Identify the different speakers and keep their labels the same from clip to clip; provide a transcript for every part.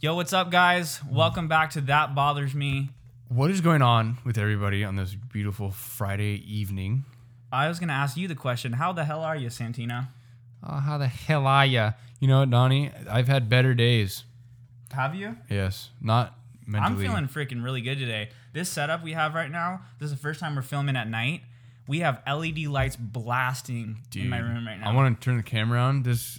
Speaker 1: Yo, what's up, guys? Welcome back to That Bothers Me.
Speaker 2: What is going on with everybody on this beautiful Friday evening?
Speaker 1: I was gonna ask you the question. How the hell are you, Santina?
Speaker 2: Oh, how the hell are ya? You know what, Donnie? I've had better days.
Speaker 1: Have you?
Speaker 2: Yes, not
Speaker 1: I'm
Speaker 2: mentally.
Speaker 1: feeling freaking really good today. This setup we have right now. This is the first time we're filming at night. We have LED lights blasting in my room right now.
Speaker 2: I want to turn the camera on. This,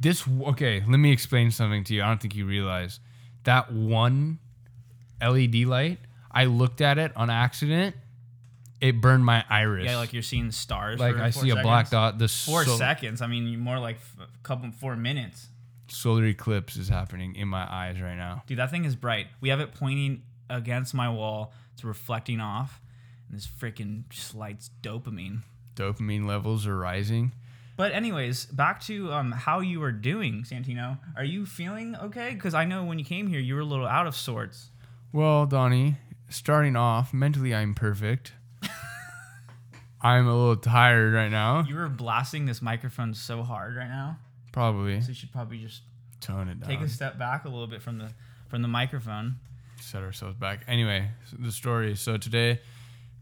Speaker 2: this. Okay, let me explain something to you. I don't think you realize that one LED light. I looked at it on accident. It burned my iris.
Speaker 1: yeah, like you're seeing stars.
Speaker 2: Like
Speaker 1: for
Speaker 2: I
Speaker 1: four
Speaker 2: see a black
Speaker 1: seconds.
Speaker 2: dot. The
Speaker 1: Four
Speaker 2: sol-
Speaker 1: seconds. I mean, more like f- couple four minutes.
Speaker 2: solar eclipse is happening in my eyes right now.
Speaker 1: Dude, that thing is bright. We have it pointing against my wall. It's reflecting off, and this freaking just lights dopamine.
Speaker 2: Dopamine levels are rising.
Speaker 1: But anyways, back to um, how you were doing, Santino. Are you feeling okay? Because I know when you came here, you were a little out of sorts.
Speaker 2: Well, Donnie, starting off, mentally I'm perfect. I'm a little tired right now.
Speaker 1: You were blasting this microphone so hard right now,
Speaker 2: Probably.
Speaker 1: so you should probably just
Speaker 2: Tone it down.
Speaker 1: take a step back a little bit from the from the microphone.
Speaker 2: Set ourselves back. Anyway, so the story. So today,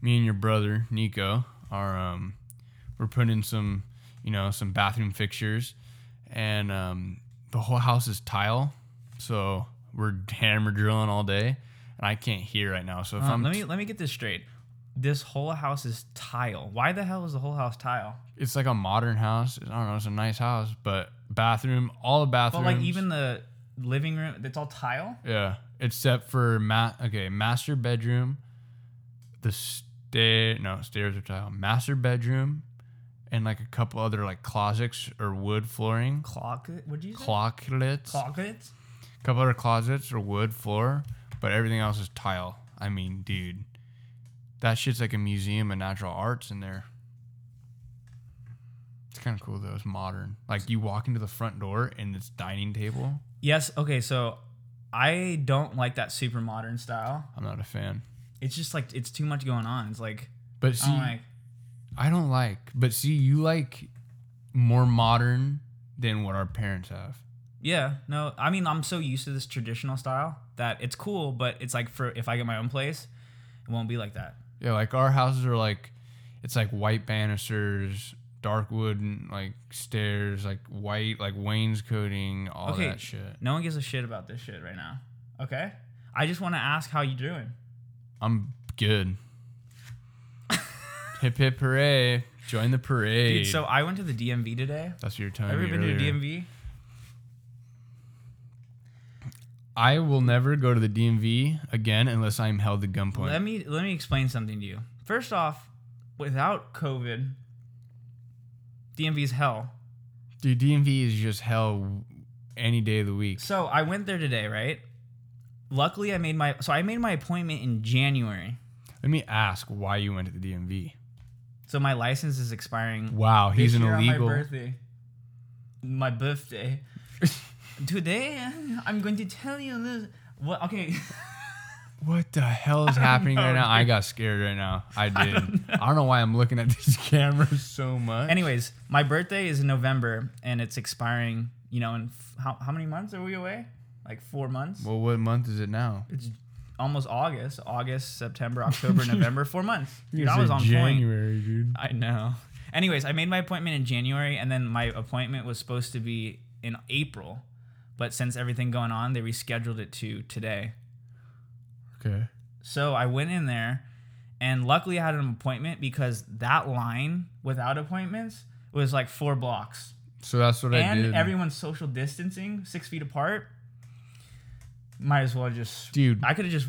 Speaker 2: me and your brother, Nico, are um we're putting in some, you know, some bathroom fixtures and um the whole house is tile. So we're hammer drilling all day. And I can't hear right now. So if
Speaker 1: Um,
Speaker 2: I'm
Speaker 1: let me let me get this straight. This whole house is tile. Why the hell is the whole house tile?
Speaker 2: it's like a modern house. I don't know. It's a nice house, but bathroom, all the
Speaker 1: But
Speaker 2: bathrooms.
Speaker 1: like even the living room, it's all tile.
Speaker 2: yeah, except for ma- okay, master bedroom, the stair no stairs are tile, master bedroom, and like a couple other like closets or wood flooring,
Speaker 1: Clock? What'd you say?
Speaker 2: clocklets,
Speaker 1: Clockets?
Speaker 2: couple other closets or wood floor, but everything else is tile. I mean, dude, that shit's like a museum of natural arts in there. It's kind of cool though. It's modern. Like you walk into the front door and it's dining table.
Speaker 1: Yes. Okay. So I don't like that super modern style.
Speaker 2: I'm not a fan.
Speaker 1: it's just like it's too much going on. It's like
Speaker 2: But see,
Speaker 1: I'm like
Speaker 2: I don't like. But see, you like more modern than what our parents have.
Speaker 1: yeah, no. I mean, I'm so used to this traditional style that it's cool, but it's like for if I get my own place, it won't be like that.
Speaker 2: Yeah, like our houses are like, it's like white banisters, dark wood, and, like stairs, like white, like wainscoting, all
Speaker 1: Okay.
Speaker 2: that shit.
Speaker 1: No one gives a shit about this shit right now. Okay, I just want to ask how you doing.
Speaker 2: I'm good. hip hip hooray! Join the parade.
Speaker 1: Dude, so I went to the DMV today.
Speaker 2: that's your time.
Speaker 1: Have you ever been to the DMV?
Speaker 2: I will never go to the DMV again unless I'm held at gunpoint.
Speaker 1: Let me let me explain something to you. First off, without COVID, DMV's hell.
Speaker 2: Dude, DMV is just hell any day of the week.
Speaker 1: So I went there today, right? Luckily, I made my so I made my appointment in January.
Speaker 2: Let me ask why you went to the DMV.
Speaker 1: So my license is expiring.
Speaker 2: Wow, he's
Speaker 1: this
Speaker 2: an
Speaker 1: year on
Speaker 2: illegal.
Speaker 1: My birthday. My birthday. Today, I'm going to tell you this. What? Okay.
Speaker 2: What the hell is
Speaker 1: don't
Speaker 2: happening
Speaker 1: know,
Speaker 2: right now?
Speaker 1: dude.
Speaker 2: I got scared right now. I did. I
Speaker 1: don't
Speaker 2: don't, know why I'm looking at this camera so much.
Speaker 1: Anyways, my birthday is in November, and it's expiring. You know, in f- how how many months are we away? Like four months.
Speaker 2: well, what month is it now?
Speaker 1: it's almost August. August, September, October, November. Four months. Dude, I was on point.
Speaker 2: January, dude.
Speaker 1: I know. Anyways, I made my appointment in January, and then my appointment was supposed to be in April, but since everything going on, they rescheduled it to today.
Speaker 2: Okay.
Speaker 1: So I went in there, and luckily I had an appointment because that line without appointments was like four blocks,
Speaker 2: So that's what I
Speaker 1: and
Speaker 2: did.
Speaker 1: everyone's social distancing, six feet apart. Might as well just,
Speaker 2: dude,
Speaker 1: I could have just,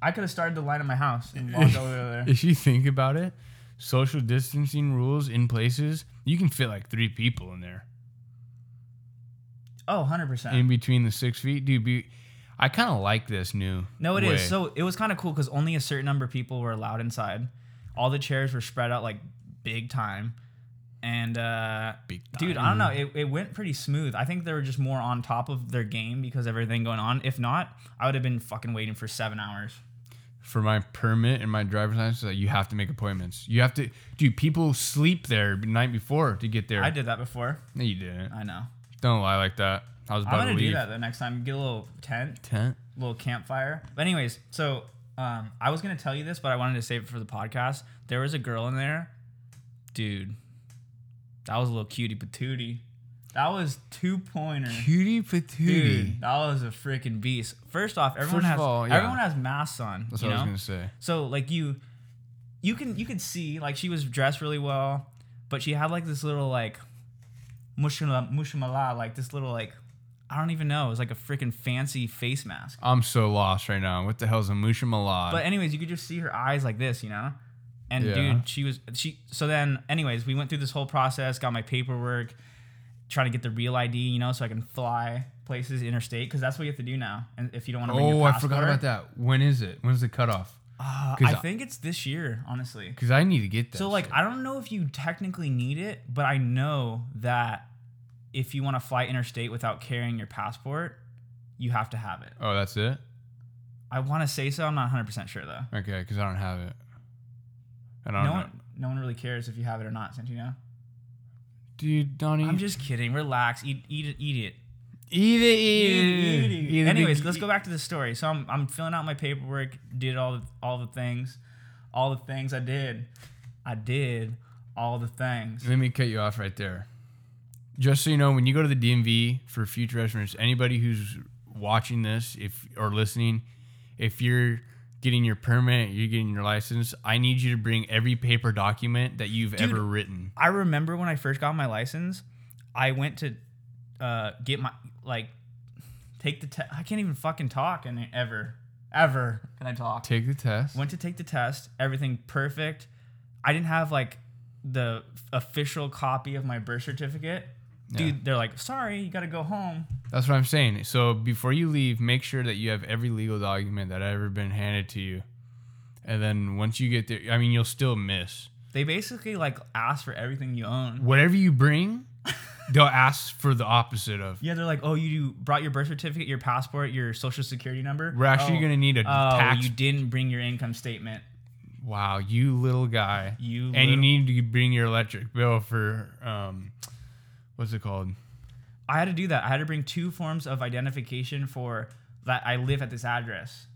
Speaker 1: I could have started the line at my house and walked over there.
Speaker 2: if you think about it, social distancing rules in places, you can fit like three people in there.
Speaker 1: Oh, 100 percent.
Speaker 2: In between the six feet, dude. Be, I kind of like this new.
Speaker 1: No, it is.
Speaker 2: way.
Speaker 1: So it was kind of cool because only a certain number of people were allowed inside. All the chairs were spread out like big time. And uh,
Speaker 2: Big
Speaker 1: dude, I
Speaker 2: time.
Speaker 1: don't know. It, it went pretty smooth. I think they were just more on top of their game because of everything going on. If not, I would have been fucking waiting for seven hours.
Speaker 2: for my permit and my driver's license that you have to make appointments. You have to, dude. People sleep there the night before to get there.
Speaker 1: I did that before.
Speaker 2: No, you didn't.
Speaker 1: I know.
Speaker 2: Don't lie like that. I was
Speaker 1: I'm
Speaker 2: about
Speaker 1: gonna
Speaker 2: to
Speaker 1: do
Speaker 2: leave.
Speaker 1: that the next time. Get a little tent,
Speaker 2: Tent.
Speaker 1: little campfire. But anyways, so um, I was gonna tell you this, but I wanted to save it for the podcast. There was a girl in there, dude. That was a little cutie patootie. That was two pointer.
Speaker 2: Cutie patootie.
Speaker 1: Dude, that was a freaking beast. First off, everyone
Speaker 2: First of
Speaker 1: has
Speaker 2: all, yeah.
Speaker 1: everyone has masks on.
Speaker 2: That's
Speaker 1: you
Speaker 2: what I
Speaker 1: know?
Speaker 2: was gonna say.
Speaker 1: So like you, you can you could see like she was dressed really well, but she had like this little like mushamala, mushamala like this little like I don't even know. It was like a freaking fancy face mask.
Speaker 2: I'm so lost right now. What the hell's a musha malad?
Speaker 1: But anyways, you could just see her eyes like this, you know. And
Speaker 2: Yeah.
Speaker 1: dude, she was she. So then, anyways, we went through this whole process. Got my paperwork, trying to get the real ID, you know, so I can fly places interstate because that's what you have to do now. And if you don't want to, bring
Speaker 2: oh,
Speaker 1: your
Speaker 2: I forgot about
Speaker 1: passport.
Speaker 2: that. When is it? When's the cutoff?
Speaker 1: Uh,
Speaker 2: 'Cause
Speaker 1: I
Speaker 2: I-
Speaker 1: think it's this year, honestly.
Speaker 2: Because I need to get that.
Speaker 1: So like
Speaker 2: shit.
Speaker 1: I don't know if you technically need it, but I know that if you want to fly interstate without carrying your passport, you have to have it.
Speaker 2: oh, that's it.
Speaker 1: I want to say so. I'm not 100% sure though.
Speaker 2: Okay, because I don't have it. I don't
Speaker 1: No
Speaker 2: know.
Speaker 1: one, no one really cares if you have it or not, Santino.
Speaker 2: Dude, Donnie.
Speaker 1: I'm just kidding. Relax. Eat, eat it. Eat it.
Speaker 2: Either,
Speaker 1: Eat
Speaker 2: either,
Speaker 1: it. eat it. Anyways, let's go back to the story. So I'm, I'm filling out my paperwork. Did all the, all the things, all the things I did. I did all the things.
Speaker 2: Let me cut you off right there. Just so you know, when you go to the DMV for future reference, anybody who's watching this, if or listening, if you're getting your permit, you're getting your license, I need you to bring every paper document that you've ever written.
Speaker 1: I remember when I first got my license, I went to uh, get my like take the test. I can't even fucking talk and ever ever can I talk.
Speaker 2: Take the test.
Speaker 1: Went to take the test, everything perfect. I didn't have like the official copy of my birth certificate. Dude, they're like, sorry, you gotta go home.
Speaker 2: That's what I'm saying. So before you leave, make sure that you have every legal document that ever been handed to you. And then once you get there, I mean, you'll still miss
Speaker 1: They basically like ask for everything you own.
Speaker 2: whatever you bring. they'll ask for the opposite of.
Speaker 1: Yeah, they're like, oh, you brought your birth certificate, your passport, your social security number.
Speaker 2: We're actually
Speaker 1: Oh,
Speaker 2: gonna need a
Speaker 1: Oh,
Speaker 2: tax.
Speaker 1: you didn't bring your income statement.
Speaker 2: wow, you little guy.
Speaker 1: You
Speaker 2: and
Speaker 1: little-
Speaker 2: you need to bring your electric bill for um, what's it called?
Speaker 1: I had to do that. I had to bring two forms of identification for that I live at this address.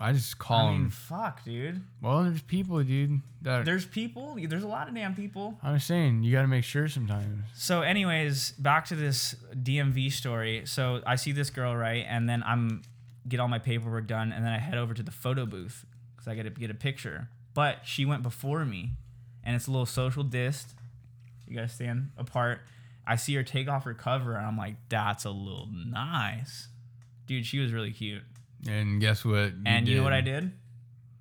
Speaker 2: I just call
Speaker 1: I mean,
Speaker 2: them.
Speaker 1: fuck, dude.
Speaker 2: Well, there's people, dude. That
Speaker 1: There's people. There's a lot of damn people.
Speaker 2: I'm saying you got to make sure sometimes.
Speaker 1: So, anyways, back to this DMV story. So I see this girl right, and then I'm get all my paperwork done, and then I head over to the photo booth because I got to get a picture. But she went before me, and it's a little social dist. You guys stand apart. I see her take off her cover, and I'm like, "That's a little nice, dude." She was really cute.
Speaker 2: And guess what? You
Speaker 1: And you know what I did?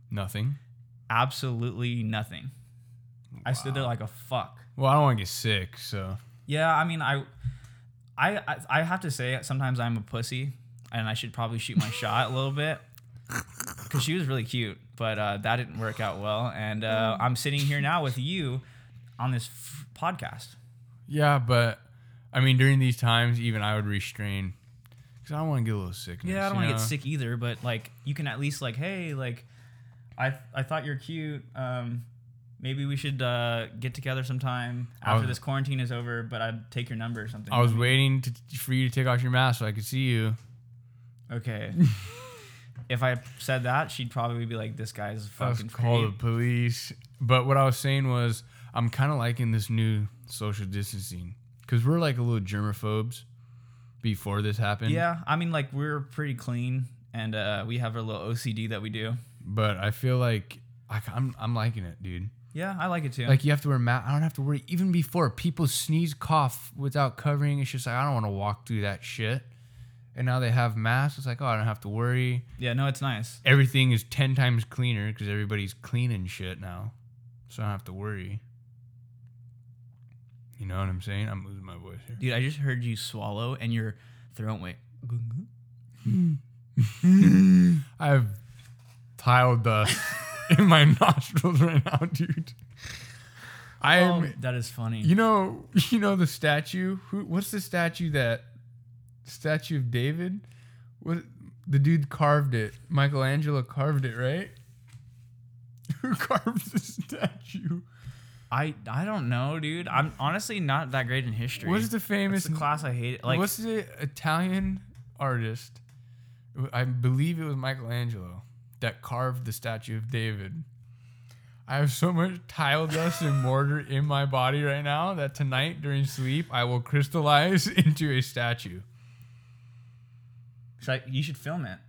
Speaker 2: Nothing.
Speaker 1: Absolutely nothing. I stood there like a fuck.
Speaker 2: Well, I don't want to get sick, so
Speaker 1: Yeah, I mean, I, I, I, I have to say, sometimes I'm a pussy, and I should probably shoot my shot a little bit, because she was really cute, but uh, that didn't work out well, and uh,
Speaker 2: Mm.
Speaker 1: I'm sitting here now with you on this f- podcast.
Speaker 2: yeah. But I mean, during these times, even I would restrain because I don't want to get a little sickness.
Speaker 1: Yeah, I don't
Speaker 2: you
Speaker 1: want to get
Speaker 2: know?
Speaker 1: sick either, but like, you can at least like, hey, like, I, I thought you're cute. Um, maybe we should uh, get together sometime
Speaker 2: I
Speaker 1: after
Speaker 2: was-
Speaker 1: this quarantine is over. But I'd take your number or something.
Speaker 2: I was waiting to, for you to take off your mask so I could see you.
Speaker 1: Okay. if I said that, she'd probably be like, "This guy's
Speaker 2: I was
Speaker 1: fucking
Speaker 2: called the
Speaker 1: crazy."
Speaker 2: police. But what I was saying was, I'm kind of liking this new social distancing because we're like a little germaphobes before this happened.
Speaker 1: Yeah, I mean, like we're pretty clean, and uh, we have our little OCD that we do.
Speaker 2: But I feel like I, am I'm liking it, dude.
Speaker 1: Yeah, I like it too.
Speaker 2: Like you have to wear a mask. I don't have to worry. Even before people sneeze, cough without covering. It's just like I don't want to walk through that shit. And now they have masks. It's like oh, I don't have to worry.
Speaker 1: yeah, no, it's nice.
Speaker 2: Everything is ten times cleaner because everybody's cleaning shit now, so I don't have to worry. You know what I'm saying? I'm losing my voice here.
Speaker 1: Dude, I just heard you swallow, and your throat went. "Gung-gung."
Speaker 2: I have tile dust in my nostrils right now, dude. I am.
Speaker 1: Oh, that is funny.
Speaker 2: You know. You know the statue. Who? What's the statue that? Statue of David. What? The dude carved it. Michelangelo carved it, right? Who carved the statue?
Speaker 1: I I don't know, dude. I'm honestly not that great in history.
Speaker 2: What's the
Speaker 1: That's
Speaker 2: famous?
Speaker 1: the class I hate? Like
Speaker 2: what's the Italian artist? I believe it was Michelangelo that carved the Statue of David. I have so much tile dust and mortar in my body right now that tonight during sleep I will crystallize into a statue.
Speaker 1: should I- you should film it.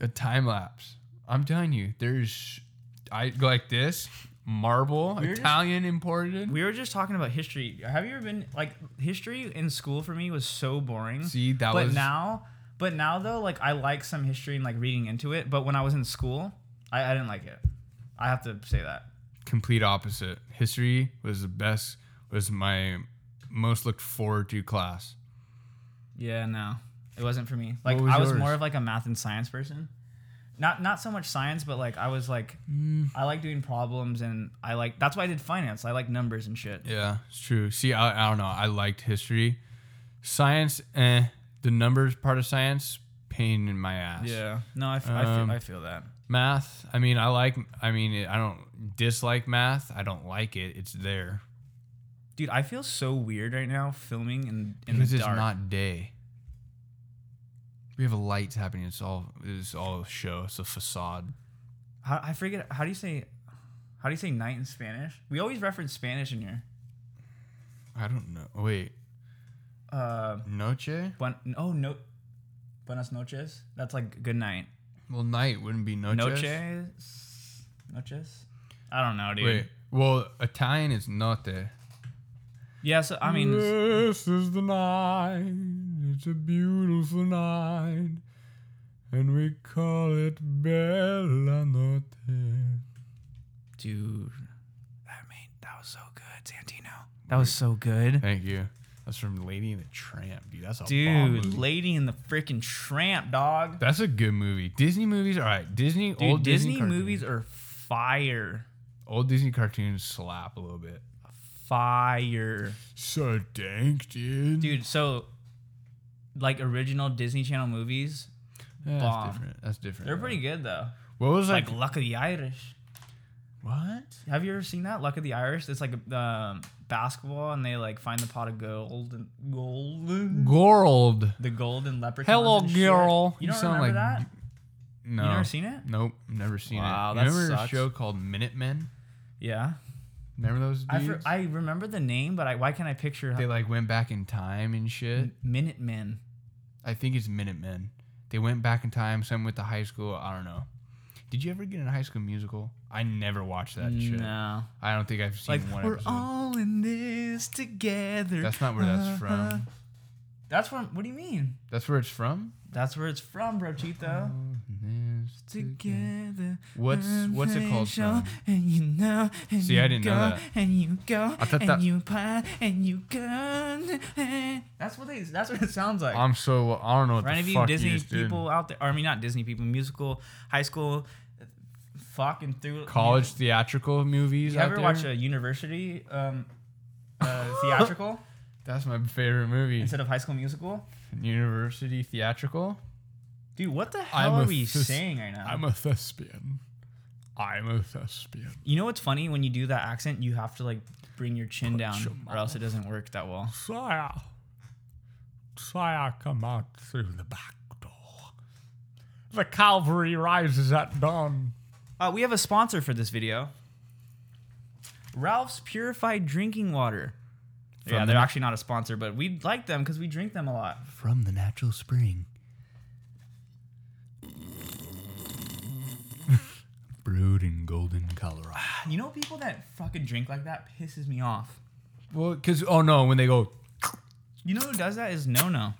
Speaker 2: A time lapse. I'm telling you, there's I go like this marble
Speaker 1: We're just-
Speaker 2: Italian imported.
Speaker 1: We were just talking about history. Have you ever been like history in school for me was so boring.
Speaker 2: See that
Speaker 1: but
Speaker 2: was
Speaker 1: now, but now though, like I like some history and like reading into it. But when I was in school, I, I didn't like it. I have to say that.
Speaker 2: complete opposite. History was the best. Was my most looked forward to class.
Speaker 1: Yeah, no, it wasn't for me. Like
Speaker 2: What was
Speaker 1: I was
Speaker 2: yours?
Speaker 1: more of like a math and science person. Not not so much science, but like I was like
Speaker 2: Mm.
Speaker 1: I like doing problems and I like that's why I did finance. I like numbers and shit.
Speaker 2: Yeah, it's true. See, I, I don't know. I liked history, science, eh. The numbers part of science, pain in my ass.
Speaker 1: No, I, f-
Speaker 2: Um,
Speaker 1: I, feel, I feel that.
Speaker 2: Math. I mean, I like. I mean, I don't dislike math. I don't like it. It's there
Speaker 1: Dude, I feel so weird right now filming in in
Speaker 2: because
Speaker 1: the
Speaker 2: it's
Speaker 1: dark.
Speaker 2: not day. We have lights happening. It's all. It's all show. It's a facade.
Speaker 1: how, I forget how do you say how do you say night in Spanish? We always reference Spanish in here.
Speaker 2: I don't know. Wait,
Speaker 1: Uh,
Speaker 2: noche.
Speaker 1: buen, oh no, buenas noches. That's like good night.
Speaker 2: Well, night wouldn't be noche.
Speaker 1: Noches, noches. I don't know, dude.
Speaker 2: Wait. Well, Italian is notte.
Speaker 1: Yeah, so I mean, it's-
Speaker 2: this is the night. It's a beautiful night, and we call it Bella Notte.
Speaker 1: dude, that made that was so good, Santino. That was so good,
Speaker 2: Thank you. That's from Lady and the Tramp, dude. That's a bomb
Speaker 1: dude.
Speaker 2: movie.
Speaker 1: Lady in the freaking Tramp, dog.
Speaker 2: That's a good movie. Disney movies, all right. Disney
Speaker 1: Dude,
Speaker 2: old Disney,
Speaker 1: Disney
Speaker 2: cartoons-
Speaker 1: movies are fire,
Speaker 2: old Disney cartoons slap a little bit.
Speaker 1: fire,
Speaker 2: So dank, dude.
Speaker 1: dude. So, like original Disney Channel movies,
Speaker 2: Yeah, that's
Speaker 1: bomb.
Speaker 2: different. That's different.
Speaker 1: they're
Speaker 2: though.
Speaker 1: pretty good though.
Speaker 2: What was
Speaker 1: Like
Speaker 2: like?
Speaker 1: Luck of the Irish.
Speaker 2: what?
Speaker 1: Have you ever seen that Luck of the Irish? It's like um, basketball, and they like find the pot of gold and gold.
Speaker 2: Gold.
Speaker 1: The golden leprechaun.
Speaker 2: Hello, girl.
Speaker 1: You don't remember that?
Speaker 2: No.
Speaker 1: You never seen it?
Speaker 2: Nope, never seen
Speaker 1: Wow,
Speaker 2: it.
Speaker 1: that
Speaker 2: remember
Speaker 1: sucks.
Speaker 2: a show called Minutemen?
Speaker 1: Yeah.
Speaker 2: Remember those dudes?
Speaker 1: I, for, I remember the name, but I why can't I picture
Speaker 2: they like went back in time and shit.
Speaker 1: Mm. Minutemen?
Speaker 2: I think it's Minutemen. They went back in time. Some went to high school. I don't know. Did you ever get in a High School Musical? I never watched that shit.
Speaker 1: No.
Speaker 2: I don't think I've seen
Speaker 1: Like
Speaker 2: one
Speaker 1: we're
Speaker 2: episode.
Speaker 1: all in this together. Uh-huh.
Speaker 2: that's not where that's from.
Speaker 1: That's from. What do you mean?
Speaker 2: That's where it's from.
Speaker 1: That's where it's from, Brochito. Together.
Speaker 2: What's what's it called? From?
Speaker 1: And you know. And
Speaker 2: See, I didn't know that.
Speaker 1: And you go.
Speaker 2: I thought that-
Speaker 1: you pie. And you go. That's what they. That's what it sounds like.
Speaker 2: I'm so I don't know what
Speaker 1: For any of
Speaker 2: the
Speaker 1: you
Speaker 2: fuck
Speaker 1: Disney
Speaker 2: you just did.
Speaker 1: people out there, or I mean, not Disney people, musical, high school, fucking through
Speaker 2: College theatrical movies.
Speaker 1: You
Speaker 2: out
Speaker 1: ever
Speaker 2: there?
Speaker 1: watch a university um, uh, theatrical
Speaker 2: That's my favorite movie.
Speaker 1: instead of high school musical?
Speaker 2: University theatrical.
Speaker 1: Dude, what the hell
Speaker 2: a
Speaker 1: are we
Speaker 2: thys-
Speaker 1: saying right now?
Speaker 2: a thespian. I'm a thespian.
Speaker 1: you know what's funny? When you do that accent, you have to like bring your chin down,
Speaker 2: your
Speaker 1: or else it doesn't work that well.
Speaker 2: Sire. Sire, come out through the back door. The Calvary rises at dawn.
Speaker 1: Uh, we have a sponsor for this video. Ralph's Purified Drinking Water. yeah,
Speaker 2: From
Speaker 1: they're
Speaker 2: the-
Speaker 1: actually not a sponsor, but we like them because we drink them a lot.
Speaker 2: From the natural spring. Brewed in golden Colorado.
Speaker 1: You know, people that fucking drink like that pisses me off.
Speaker 2: Well, because, oh no, when they go,
Speaker 1: You know who does that is No No.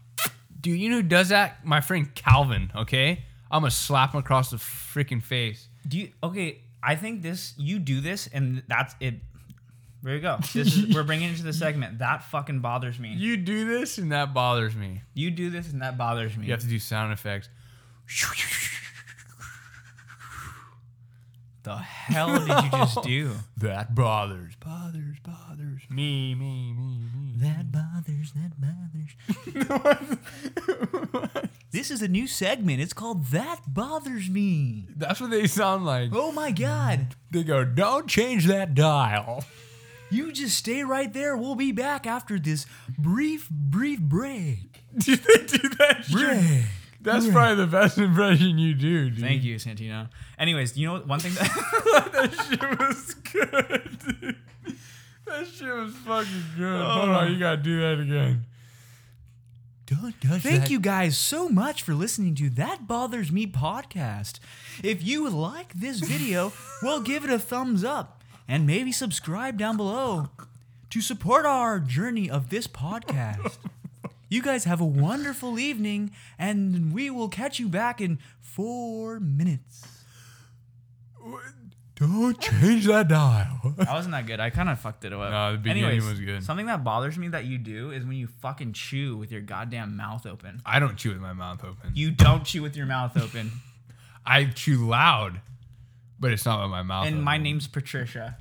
Speaker 2: dude, you know who does that? My friend Calvin, okay? I'm gonna slap him across the freaking face.
Speaker 1: Do you? Okay, I think this. You do this, and that's it. There you go. This is, we're bringing it to the segment. That fucking bothers me.
Speaker 2: You do this, and that bothers me.
Speaker 1: You do this, and that bothers me.
Speaker 2: You have to do sound effects.
Speaker 1: The hell did you just do?
Speaker 2: That bothers, bothers, bothers me, me, me, me.
Speaker 1: That bothers. That bothers. this is a new segment. It's called That Bothers Me.
Speaker 2: That's what they sound like.
Speaker 1: Oh my god.
Speaker 2: They go, "Don't change that dial."
Speaker 1: You just stay right there. We'll be back after this brief, brief break.
Speaker 2: do they do that? shit?
Speaker 1: Break.
Speaker 2: That's probably the best impression you do, dude.
Speaker 1: Thank you, Santino. Anyways, you know what? One thing that
Speaker 2: That shit was good. dude. That shit was fucking good. Hold on, you gotta do that again.
Speaker 3: Don't touch
Speaker 1: Thank you guys so much for listening to That Bothers Me podcast. If you like this video, well, give it a thumbs up and maybe subscribe down below to support our journey of this podcast. You guys have a wonderful evening, and we will catch you back in four minutes.
Speaker 3: Don't change that dial.
Speaker 1: That wasn't that good. I kind of fucked it up.
Speaker 2: No, the beginning was good.
Speaker 1: Something that bothers me that you do is when you fucking chew with your goddamn mouth open.
Speaker 2: I don't chew with my mouth open.
Speaker 1: You don't chew with your mouth open.
Speaker 2: I chew loud, but it's not with my mouth.
Speaker 1: and
Speaker 2: open.
Speaker 1: my name's Patricia.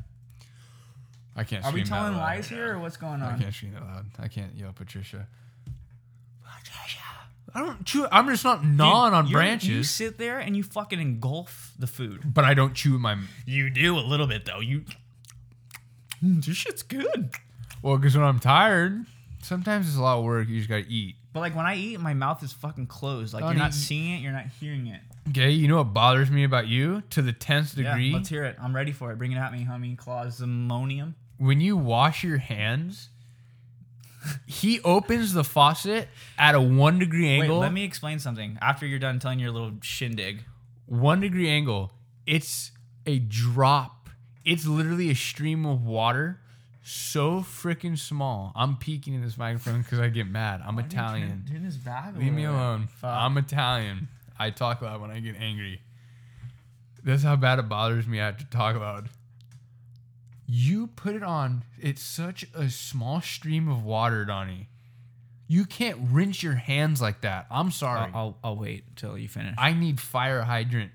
Speaker 2: I can't.
Speaker 1: Are we
Speaker 2: scream that
Speaker 1: telling
Speaker 2: loud.
Speaker 1: lies here or what's going
Speaker 2: I
Speaker 1: on?
Speaker 2: can't scream that loud. I can't yell Patricia. Patricia. I don't chew. I'm just not gnawing
Speaker 1: Dude,
Speaker 2: on
Speaker 1: you- You
Speaker 2: branches,
Speaker 1: sit there and you fucking engulf the food.
Speaker 2: but I don't chew with my.
Speaker 1: You do a little bit though. You Mm, this shit's good.
Speaker 2: Well, because when I'm tired, sometimes it's a lot of work. You just gotta eat.
Speaker 1: But like when I eat, my mouth is fucking closed. Like
Speaker 2: Oh,
Speaker 1: you're not
Speaker 2: dude.
Speaker 1: seeing it, you're not hearing it.
Speaker 2: Okay, you know what bothers me about you to the tenth
Speaker 1: Yeah,
Speaker 2: degree?
Speaker 1: let's hear it. I'm ready for it. Bring it at me, homie. Clausimonium.
Speaker 2: when you wash your hands, he opens the faucet at a one degree
Speaker 1: Wait,
Speaker 2: angle.
Speaker 1: let me explain something. After you're done telling your little shindig,
Speaker 2: one degree angle. It's a drop. It's literally a stream of water, so freaking small. I'm peeking in this microphone because I get mad. I'm Italian.
Speaker 1: Turn his back. a
Speaker 2: Leave me
Speaker 1: little bit.
Speaker 2: alone.
Speaker 1: Fuck.
Speaker 2: I'm Italian. I talk loud when I get angry. That's how bad it bothers me. I have to talk loud. You put it on. It's such a small stream of water, Donnie. You can't rinse your hands like that. I'm sorry.
Speaker 1: I'll, I'll I'll wait till you finish.
Speaker 2: I need fire hydrant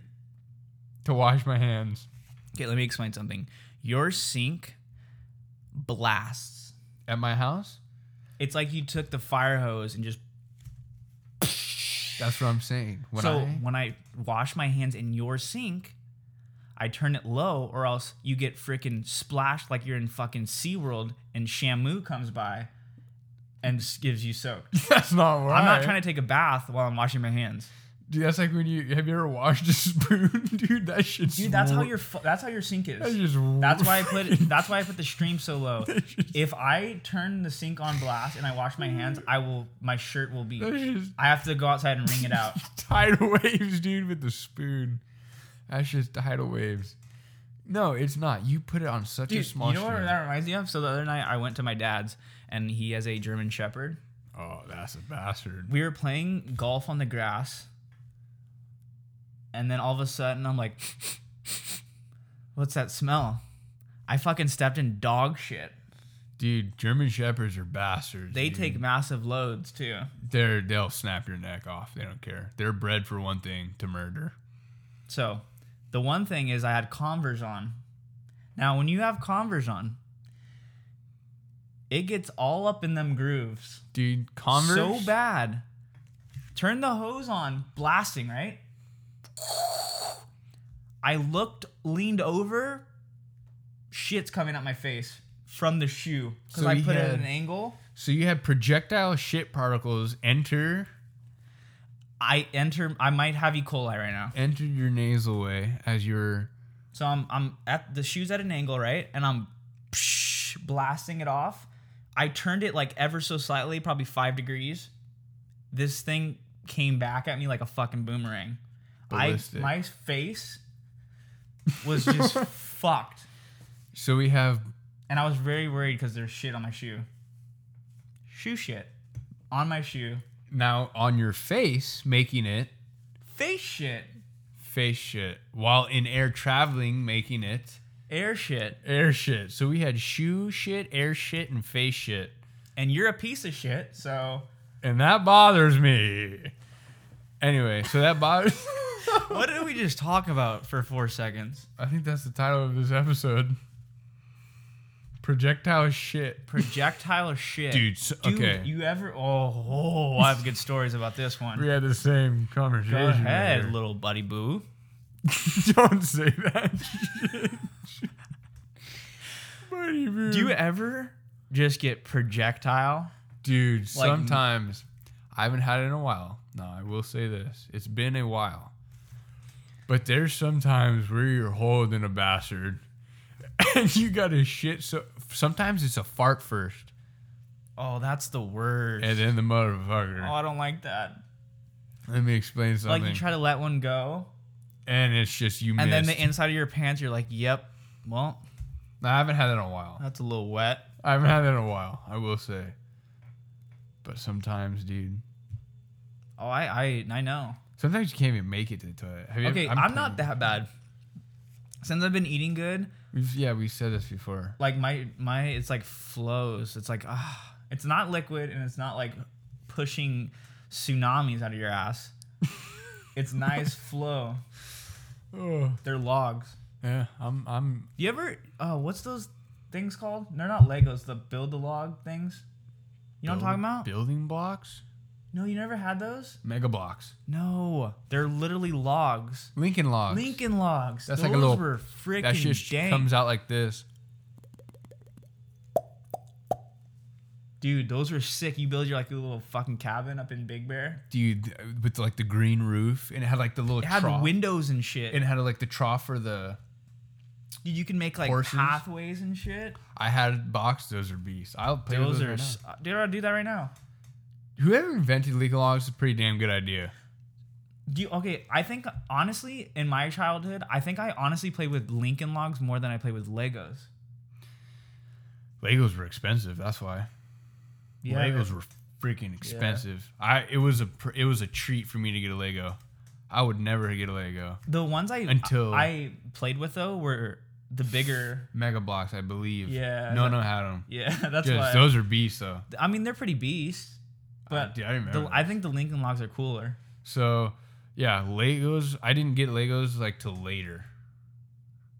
Speaker 2: to wash my hands
Speaker 1: Okay, let me explain something. Your sink blasts.
Speaker 2: at my house.
Speaker 1: It's like you took the fire hose and just
Speaker 2: That's what I'm saying. When
Speaker 1: so
Speaker 2: I,
Speaker 1: when I wash my hands in your sink, I turn it low, or else you get freaking splashed like you're in fucking SeaWorld and Shamu comes by and s- gives you soak.
Speaker 2: that's not right.
Speaker 1: I'm not trying to take a bath while I'm washing my hands.
Speaker 2: Dude, that's like when you have you ever washed a spoon, dude? That shit's
Speaker 1: Dude, that's how
Speaker 2: wor-
Speaker 1: your fu- that's how your sink is.
Speaker 2: That's just
Speaker 1: That's why I put that's why I put the stream so low. If I turn the sink on blast and I wash my hands, I will my shirt will be
Speaker 2: That's just
Speaker 1: I have to go outside and wring it out.
Speaker 2: tidal waves, dude, with the spoon. That's just tidal waves. No, it's not. You put it on such a
Speaker 1: Dude,
Speaker 2: small
Speaker 1: you know what
Speaker 2: stream.
Speaker 1: that reminds me of? So the other night I went to my dad's and he has a German shepherd.
Speaker 2: oh, that's a bastard.
Speaker 1: We were playing golf on the grass. And then all of a sudden I'm like What's that smell? I fucking stepped in dog shit.
Speaker 2: Dude, German shepherds are bastards.
Speaker 1: They
Speaker 2: dude.
Speaker 1: take massive loads too.
Speaker 2: they're they'll snap your neck off. They don't care. They're bred for one thing, to murder.
Speaker 1: So the one thing is I had Converse on. Now when you have Converse on, it gets all up in them grooves.
Speaker 2: Dude, Converse
Speaker 1: So bad. Turn the hose on, blasting, right? I looked, leaned over, shit's coming out my face from the shoe. Because
Speaker 2: So
Speaker 1: I
Speaker 2: he
Speaker 1: put it at
Speaker 2: had-
Speaker 1: an angle.
Speaker 2: So you had projectile shit particles enter
Speaker 1: I enter I might have E. coli right now.
Speaker 2: enter your nasal way as you're
Speaker 1: So I'm I'm at the shoes at an angle, right? And I'm psh, blasting it off. I turned it like ever so slightly, probably five degrees. This thing came back at me like a fucking boomerang.
Speaker 2: Ballistic.
Speaker 1: I my face was just fucked,
Speaker 2: so we have
Speaker 1: and I was very worried because there's shit on my shoe. Shoe shit on my shoe.
Speaker 2: now on your face making it
Speaker 1: Face shit.
Speaker 2: face shit while in air traveling making it
Speaker 1: Air shit.
Speaker 2: air shit. So we had shoe shit, air shit, and face shit.
Speaker 1: And you're a piece of shit, so
Speaker 2: And that bothers me. Anyway, so that bothers
Speaker 1: what did we just talk about for four seconds?
Speaker 2: I think that's the title of this episode. Projectile shit.
Speaker 1: projectile shit.
Speaker 2: Dude, so- okay.
Speaker 1: You ever? Oh, oh, I have good stories about this
Speaker 2: We
Speaker 1: one.
Speaker 2: had the same conversation.
Speaker 1: Go ahead,
Speaker 2: earlier.
Speaker 1: little buddy boo.
Speaker 2: Don't say that. already, dude.
Speaker 1: Do you ever just get projectile?
Speaker 2: dude,
Speaker 1: Like-
Speaker 2: sometimes I haven't had it in a while. No, I will say this. It's been a while. But there's sometimes where you're holding a bastard and you got to shit. So sometimes it's a fart first
Speaker 1: Oh, that's the worst.
Speaker 2: and then the motherfucker.
Speaker 1: oh, I don't like that.
Speaker 2: Let me explain something.
Speaker 1: Like you try to let one go,
Speaker 2: and it's just you
Speaker 1: and
Speaker 2: missed.
Speaker 1: then the inside of your pants, you're like, "Yep, well,
Speaker 2: No, I haven't had that in a while.
Speaker 1: that's a little wet."
Speaker 2: I haven't had that in a while, I will say. But sometimes, dude.
Speaker 1: Oh, I I, I know.
Speaker 2: Sometimes you can't even make it to the toilet. Have you
Speaker 1: Okay,
Speaker 2: ever-
Speaker 1: I'm, not
Speaker 2: pretty-
Speaker 1: that bad. Since I've been eating good,
Speaker 2: We've, yeah, we said this before.
Speaker 1: like my my it's like flows. It's like ah, it's not liquid and it's not like pushing tsunamis out of your ass. it's nice flow.
Speaker 2: Oh.
Speaker 1: They're logs.
Speaker 2: Yeah, I'm. I'm.
Speaker 1: You ever? Oh, what's those things called? They're not Legos. The build the log things. You know what I'm talking about?
Speaker 2: Building blocks,
Speaker 1: No, you never had those.
Speaker 2: mega blocks,
Speaker 1: No, they're literally logs.
Speaker 2: Lincoln logs.
Speaker 1: Lincoln logs.
Speaker 2: That's
Speaker 1: those
Speaker 2: like a little-
Speaker 1: were freaking
Speaker 2: That shit sh-
Speaker 1: dank.
Speaker 2: comes out like this.
Speaker 1: Dude, those were sick. You build your like little fucking cabin up in Big Bear.
Speaker 2: Dude, with like the green roof, and it had like the little
Speaker 1: It had
Speaker 2: trough,
Speaker 1: windows and shit.
Speaker 2: and it had like the trough for the.
Speaker 1: Dude, you can make like
Speaker 2: Horses.
Speaker 1: pathways and shit.
Speaker 2: I had box. Those are beasts. I'll play with
Speaker 1: Those
Speaker 2: those
Speaker 1: are.
Speaker 2: right now.
Speaker 1: s- uh, Dude, I'll do that right now.
Speaker 2: Whoever invented Lincoln logs is a pretty damn good idea.
Speaker 1: Do you, okay, I think honestly, in my childhood, I think I honestly played with Lincoln Logs more than I played with Legos.
Speaker 2: Legos were expensive. That's why.
Speaker 1: Yeah,
Speaker 2: Legos were freaking expensive. I it was a pr- it was a treat for me to get a Lego. I would never get a Lego.
Speaker 1: The ones I
Speaker 2: Until-
Speaker 1: I played with though were the bigger.
Speaker 2: Mega blocks, I believe.
Speaker 1: Yeah.
Speaker 2: No, no, had them.
Speaker 1: Yeah, that's
Speaker 2: Just,
Speaker 1: why.
Speaker 2: those are beasts though.
Speaker 1: I mean, they're pretty beast, but
Speaker 2: dude, I remember
Speaker 1: the, I think the Lincoln Logs are cooler.
Speaker 2: So yeah, Legos. I didn't get Legos like till later.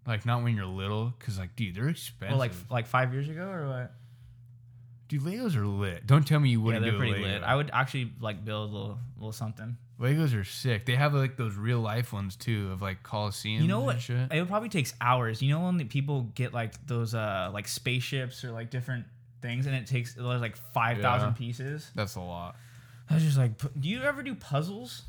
Speaker 2: Like not when you're little, cause like dude, they're expensive.
Speaker 1: Well, like like five years ago or what?
Speaker 2: dude, Legos are lit. Don't tell me you
Speaker 1: yeah,
Speaker 2: wouldn't
Speaker 1: they're
Speaker 2: do a
Speaker 1: pretty
Speaker 2: Lego.
Speaker 1: lit. I would actually like build a little little something.
Speaker 2: Legos are sick. They have like those real life ones too, of like Coliseum.
Speaker 1: You know what?
Speaker 2: Shit.
Speaker 1: It probably takes hours. You know when the people get like those uh like spaceships or like different things, and it takes there's like five thousand
Speaker 2: Yeah.
Speaker 1: pieces.
Speaker 2: That's a lot.
Speaker 1: I was just like, pu- do you ever do puzzles?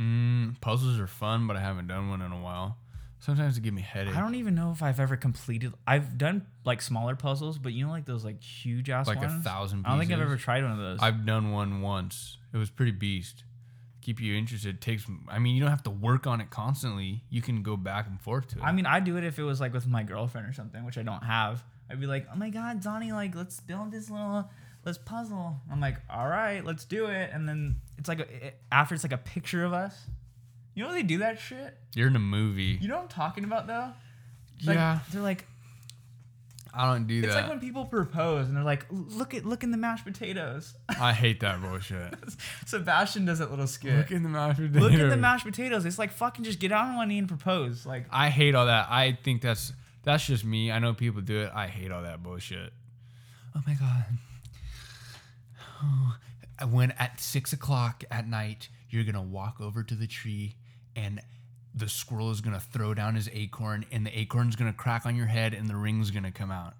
Speaker 2: Mm, puzzles are fun, but I haven't done one in a while. Sometimes they give me headaches.
Speaker 1: I don't even know if I've ever completed. I've done like smaller puzzles, but you know like those like huge ass
Speaker 2: Like a
Speaker 1: ones.
Speaker 2: thousand
Speaker 1: I don't think I've
Speaker 2: pieces?
Speaker 1: ever tried one of those.
Speaker 2: I've done one once. It was pretty beast. Keep you interested. Takes. I mean, you don't have to work on it constantly. You can go back and forth to it.
Speaker 1: I mean, I'd do it if it was like with my girlfriend or something, which I don't have. I'd be like, oh my God, Donnie, like, let's build this little, let's puzzle. I'm like, all right, let's do it. And then it's like, a, it- after it's like a picture of us. You know, they do that shit.
Speaker 2: You're in a movie.
Speaker 1: You know what I'm talking about, though? It's like-
Speaker 2: Yeah.
Speaker 1: They're like,
Speaker 2: I don't do
Speaker 1: it's
Speaker 2: that.
Speaker 1: like when people propose and they're like, look at, look in the mashed potatoes.
Speaker 2: I hate that bullshit.
Speaker 1: Sebastian does that little skit.
Speaker 2: Look in the mashed potatoes.
Speaker 1: Look at the mashed potatoes. It's like fucking just get on one knee and propose. Like
Speaker 2: I hate all that. I think that's that's just me. I know people do it. I hate all that bullshit. Oh my god. Oh, when at six o'clock at night, you're gonna walk over to the tree, and the squirrel is gonna throw down his acorn, and the acorn's gonna crack on your head, and the ring's gonna come out.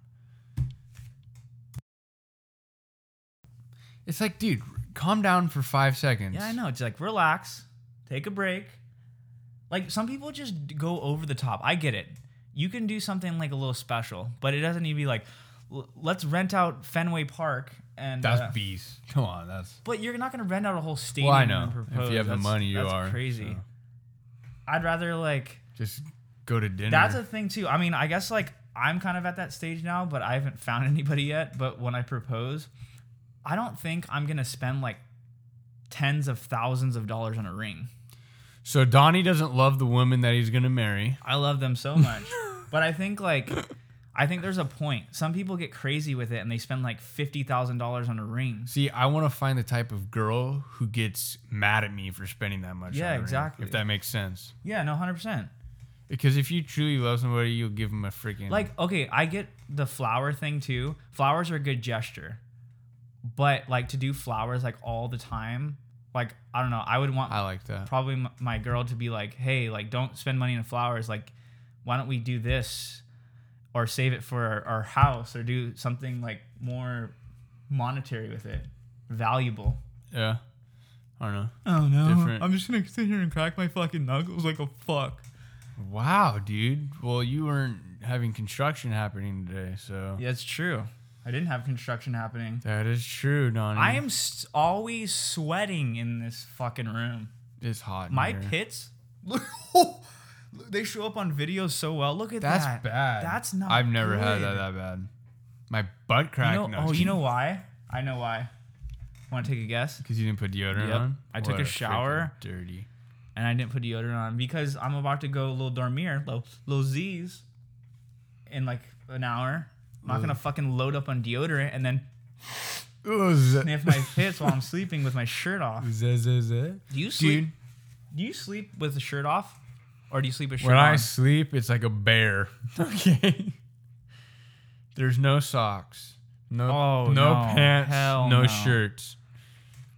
Speaker 2: It's like, dude, calm down for five seconds.
Speaker 1: Yeah, I know. It's like relax, take a break. Like some people just d- go over the top. I get it. You can do something like a little special, but it doesn't need to be like, "L- let's rent out Fenway Park and.
Speaker 2: That's
Speaker 1: uh,
Speaker 2: beast. Come on, that's
Speaker 1: but you're not gonna rent out a whole stadium.
Speaker 2: Well, I
Speaker 1: And
Speaker 2: know.
Speaker 1: propose.
Speaker 2: If you have the
Speaker 1: That's-
Speaker 2: money, you
Speaker 1: that's
Speaker 2: are
Speaker 1: crazy.
Speaker 2: so.
Speaker 1: I'd rather like.
Speaker 2: Just go to dinner.
Speaker 1: That's a thing too. I mean, I guess like I'm kind of at that stage now, but I haven't found anybody yet. But when I propose, I don't think I'm gonna spend like tens of thousands of dollars on a ring.
Speaker 2: so Donnie doesn't love the woman that he's gonna marry.
Speaker 1: I love them so much. but I think like I think there's a point. Some people get crazy with it and they spend like fifty thousand dollars on a ring.
Speaker 2: See, I want to find the type of girl who gets mad at me for spending that much.
Speaker 1: Yeah,
Speaker 2: on her,
Speaker 1: exactly.
Speaker 2: If that makes sense,
Speaker 1: Yeah, no, hundred percent.
Speaker 2: because if you truly love somebody, you'll give them a freaking
Speaker 1: Like, okay, I get the flower thing too. Flowers are a good gesture. But like to do flowers like all the time, like I don't know, I would want
Speaker 2: I like that.
Speaker 1: probably m- my girl to be like, "Hey, like don't spend money on flowers. Like why don't we do this?" or save it for our, our house or do something like more monetary with it, valuable.
Speaker 2: Yeah. I don't know.
Speaker 4: Oh no.
Speaker 2: Different.
Speaker 4: I'm just gonna sit here and crack my fucking knuckles like a fuck.
Speaker 2: Wow, dude. Well, you weren't having construction happening today, so
Speaker 1: Yeah, that's true. I didn't have construction happening.
Speaker 2: that is true,
Speaker 4: Mm.
Speaker 2: Donnie.
Speaker 1: I am s always sweating in this fucking room.
Speaker 2: It's hot. in
Speaker 1: My
Speaker 2: here.
Speaker 1: pits, look, they show up on videos so well. Look at
Speaker 2: That's
Speaker 1: that.
Speaker 2: bad.
Speaker 1: That's not.
Speaker 2: I've never had
Speaker 1: good.
Speaker 2: that that bad. My butt crack.
Speaker 1: You know, oh, you know why? I know why. Want to take a guess?
Speaker 2: because you didn't put deodorant
Speaker 1: Yep.
Speaker 2: on.
Speaker 1: I took a
Speaker 2: freaking
Speaker 1: shower.
Speaker 2: Dirty.
Speaker 1: And I didn't put deodorant on because I'm about to go little dormir, little, little Z's, in like an hour. I'm not gonna fucking load up on deodorant and then sniff my pits while I'm sleeping with my shirt off. Do you sleep?
Speaker 2: Dude,
Speaker 1: Do you sleep with the shirt off, or do you sleep with shirt
Speaker 2: when
Speaker 1: on?
Speaker 2: I sleep, it's like a bear. Okay. There's no socks. No.
Speaker 1: Oh,
Speaker 2: no,
Speaker 1: no.
Speaker 2: pants.
Speaker 1: Hell
Speaker 2: no
Speaker 1: no.
Speaker 2: shirts.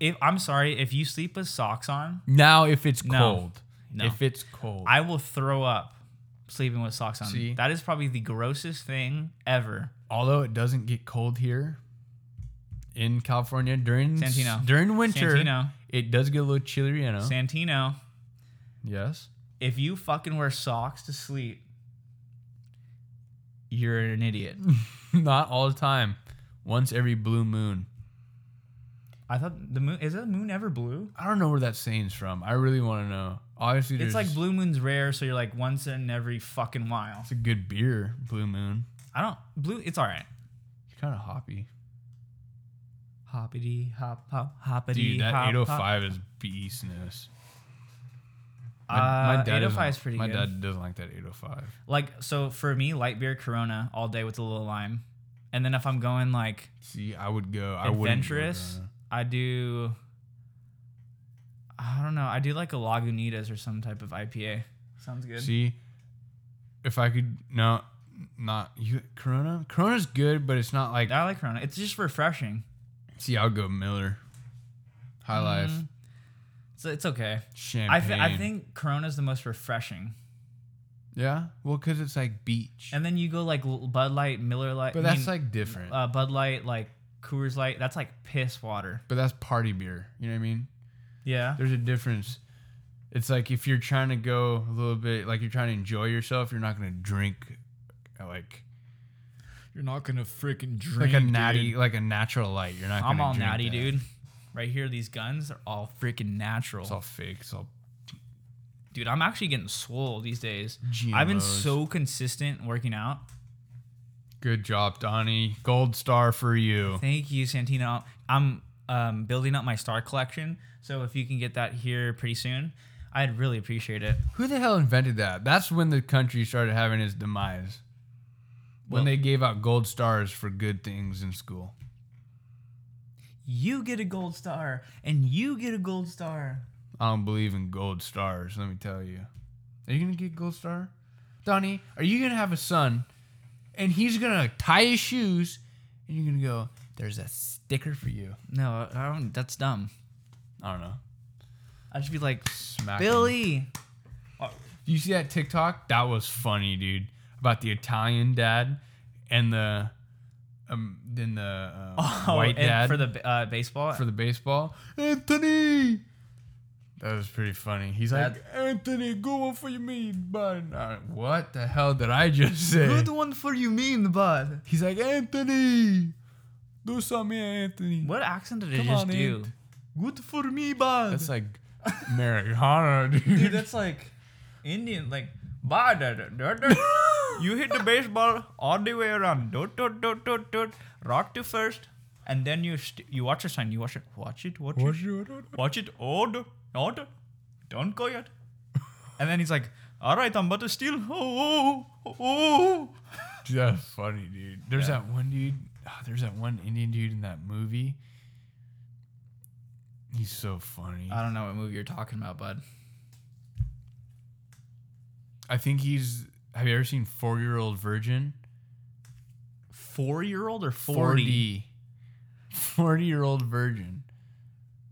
Speaker 1: if I'm sorry, if you sleep with socks on,
Speaker 2: Now, if it's
Speaker 1: No.
Speaker 2: cold,
Speaker 1: No.
Speaker 2: if it's cold,
Speaker 1: I will throw up sleeping with socks on.
Speaker 2: See?
Speaker 1: That is probably the grossest thing ever.
Speaker 2: although it doesn't get cold here in California during
Speaker 1: Santino.
Speaker 2: during winter,
Speaker 1: Santino.
Speaker 2: it does get a little chillier. You know.
Speaker 1: Santino,
Speaker 2: yes.
Speaker 1: if you fucking wear socks to sleep, you're an idiot.
Speaker 2: Not all the time. Once every blue moon.
Speaker 1: I thought the moon is the moon ever blue?
Speaker 2: I don't know where that saying's from. I really want to know. Obviously,
Speaker 1: It's
Speaker 2: there's,
Speaker 1: like blue moon's rare, so you're like once in every fucking while.
Speaker 2: It's a good beer, Blue Moon.
Speaker 1: I don't blue. It's all right.
Speaker 2: It's kind of hoppy.
Speaker 1: Hoppity hop hop hoppity
Speaker 2: Dude, that
Speaker 1: hop,
Speaker 2: 805 is beastness.
Speaker 1: Hop. Uh,
Speaker 2: dad
Speaker 1: 805 is
Speaker 2: doesn't-
Speaker 1: pretty
Speaker 2: My
Speaker 1: good.
Speaker 2: dad doesn't like that 805.
Speaker 1: Like so for me, light beer Corona all day with a little lime, and then if I'm going like
Speaker 2: See, I would go. I wouldn't go
Speaker 1: adventurous.
Speaker 2: Corona.
Speaker 1: I do. I don't know. I do like a Lagunitas or some type of IPA. Sounds good.
Speaker 2: See, if I could, no, not you. Corona. Corona's good, but it's not like.
Speaker 1: I like Corona. It's just refreshing.
Speaker 2: See, I'll go Miller. High Life.
Speaker 1: So it's okay. Mm-hmm. I,
Speaker 2: Champagne.
Speaker 1: th- I think Corona's the most refreshing.
Speaker 2: Yeah, well, because it's like beach.
Speaker 1: And then you go like L- Bud Light, Miller Light.
Speaker 2: but
Speaker 1: I
Speaker 2: that's
Speaker 1: mean,
Speaker 2: like different.
Speaker 1: uh, Bud Light, like Coors Light. That's like piss water.
Speaker 2: but that's party beer. You know what I mean?
Speaker 1: Yeah.
Speaker 2: There's a difference. It's like if you're trying to go a little bit, like you're trying to enjoy yourself, you're not gonna drink uh, like
Speaker 4: You're not gonna freaking
Speaker 2: like
Speaker 4: drink
Speaker 2: a natty, like a natural light. You're not.
Speaker 1: I'm
Speaker 2: gonna
Speaker 1: all
Speaker 2: drink
Speaker 1: natty,
Speaker 2: that.
Speaker 1: dude. Right here, these guns are all freaking natural.
Speaker 2: It's all fake. It's all.
Speaker 1: dude, I'm actually getting swole these days. I've been
Speaker 2: GMOs.
Speaker 1: so consistent working out.
Speaker 2: Good job, Donnie. Gold star for you.
Speaker 1: Thank you, Santino. I'm um, building up my star collection, so if you can get that here pretty soon, I'd really appreciate it.
Speaker 2: Who the hell invented that? That's when the country started having its demise. When
Speaker 1: Well-
Speaker 2: they gave out gold stars for good things in school.
Speaker 1: You get a gold star, and you get a gold star.
Speaker 2: I don't believe in gold stars, let me tell you. Are you gonna get gold star? Donnie, are you gonna have a son and he's gonna tie his shoes and you're gonna go, There's a sticker for you.
Speaker 1: No, I don't, that's dumb.
Speaker 2: I don't know.
Speaker 1: I'd just be like,
Speaker 2: Smack him.
Speaker 1: Billy.
Speaker 2: You see that TikTok? That was funny, dude. About the Italian dad and the um then the uh, white
Speaker 1: Oh, and
Speaker 2: dad
Speaker 1: for the uh, baseball.
Speaker 2: for the baseball. Anthony. That was pretty funny. He's like, Anthony, go on for your mean bun. Uh, what the hell did I just say?
Speaker 1: one for you, mean bud.
Speaker 2: He's like, Anthony, do something, Anthony.
Speaker 1: What accent did it
Speaker 2: Come
Speaker 1: just
Speaker 2: on,
Speaker 1: do?
Speaker 2: Ant.
Speaker 1: Good for me, bud.
Speaker 2: That's like marijuana, dude.
Speaker 1: Dude, that's like Indian, like bah, da, da, da, da. You hit the baseball all the way around. Dot, dot, dot, dot, dot. Rock to first, and then you st- you watch the sign. You watch it. Watch it. Watch, it. Watch it. Order. Order. Don't go yet. and then he's like, "All right, I'm about to steal." Oh, oh, oh.
Speaker 2: Dude, that's funny, dude. There's that one dude. ah, there's that one Indian dude in that movie. He's so funny.
Speaker 1: I don't know what movie you're talking about, bud.
Speaker 2: I think he's. Have you ever seen Four Year Old Virgin?
Speaker 1: Four year old or
Speaker 2: 40. 40 year old virgin.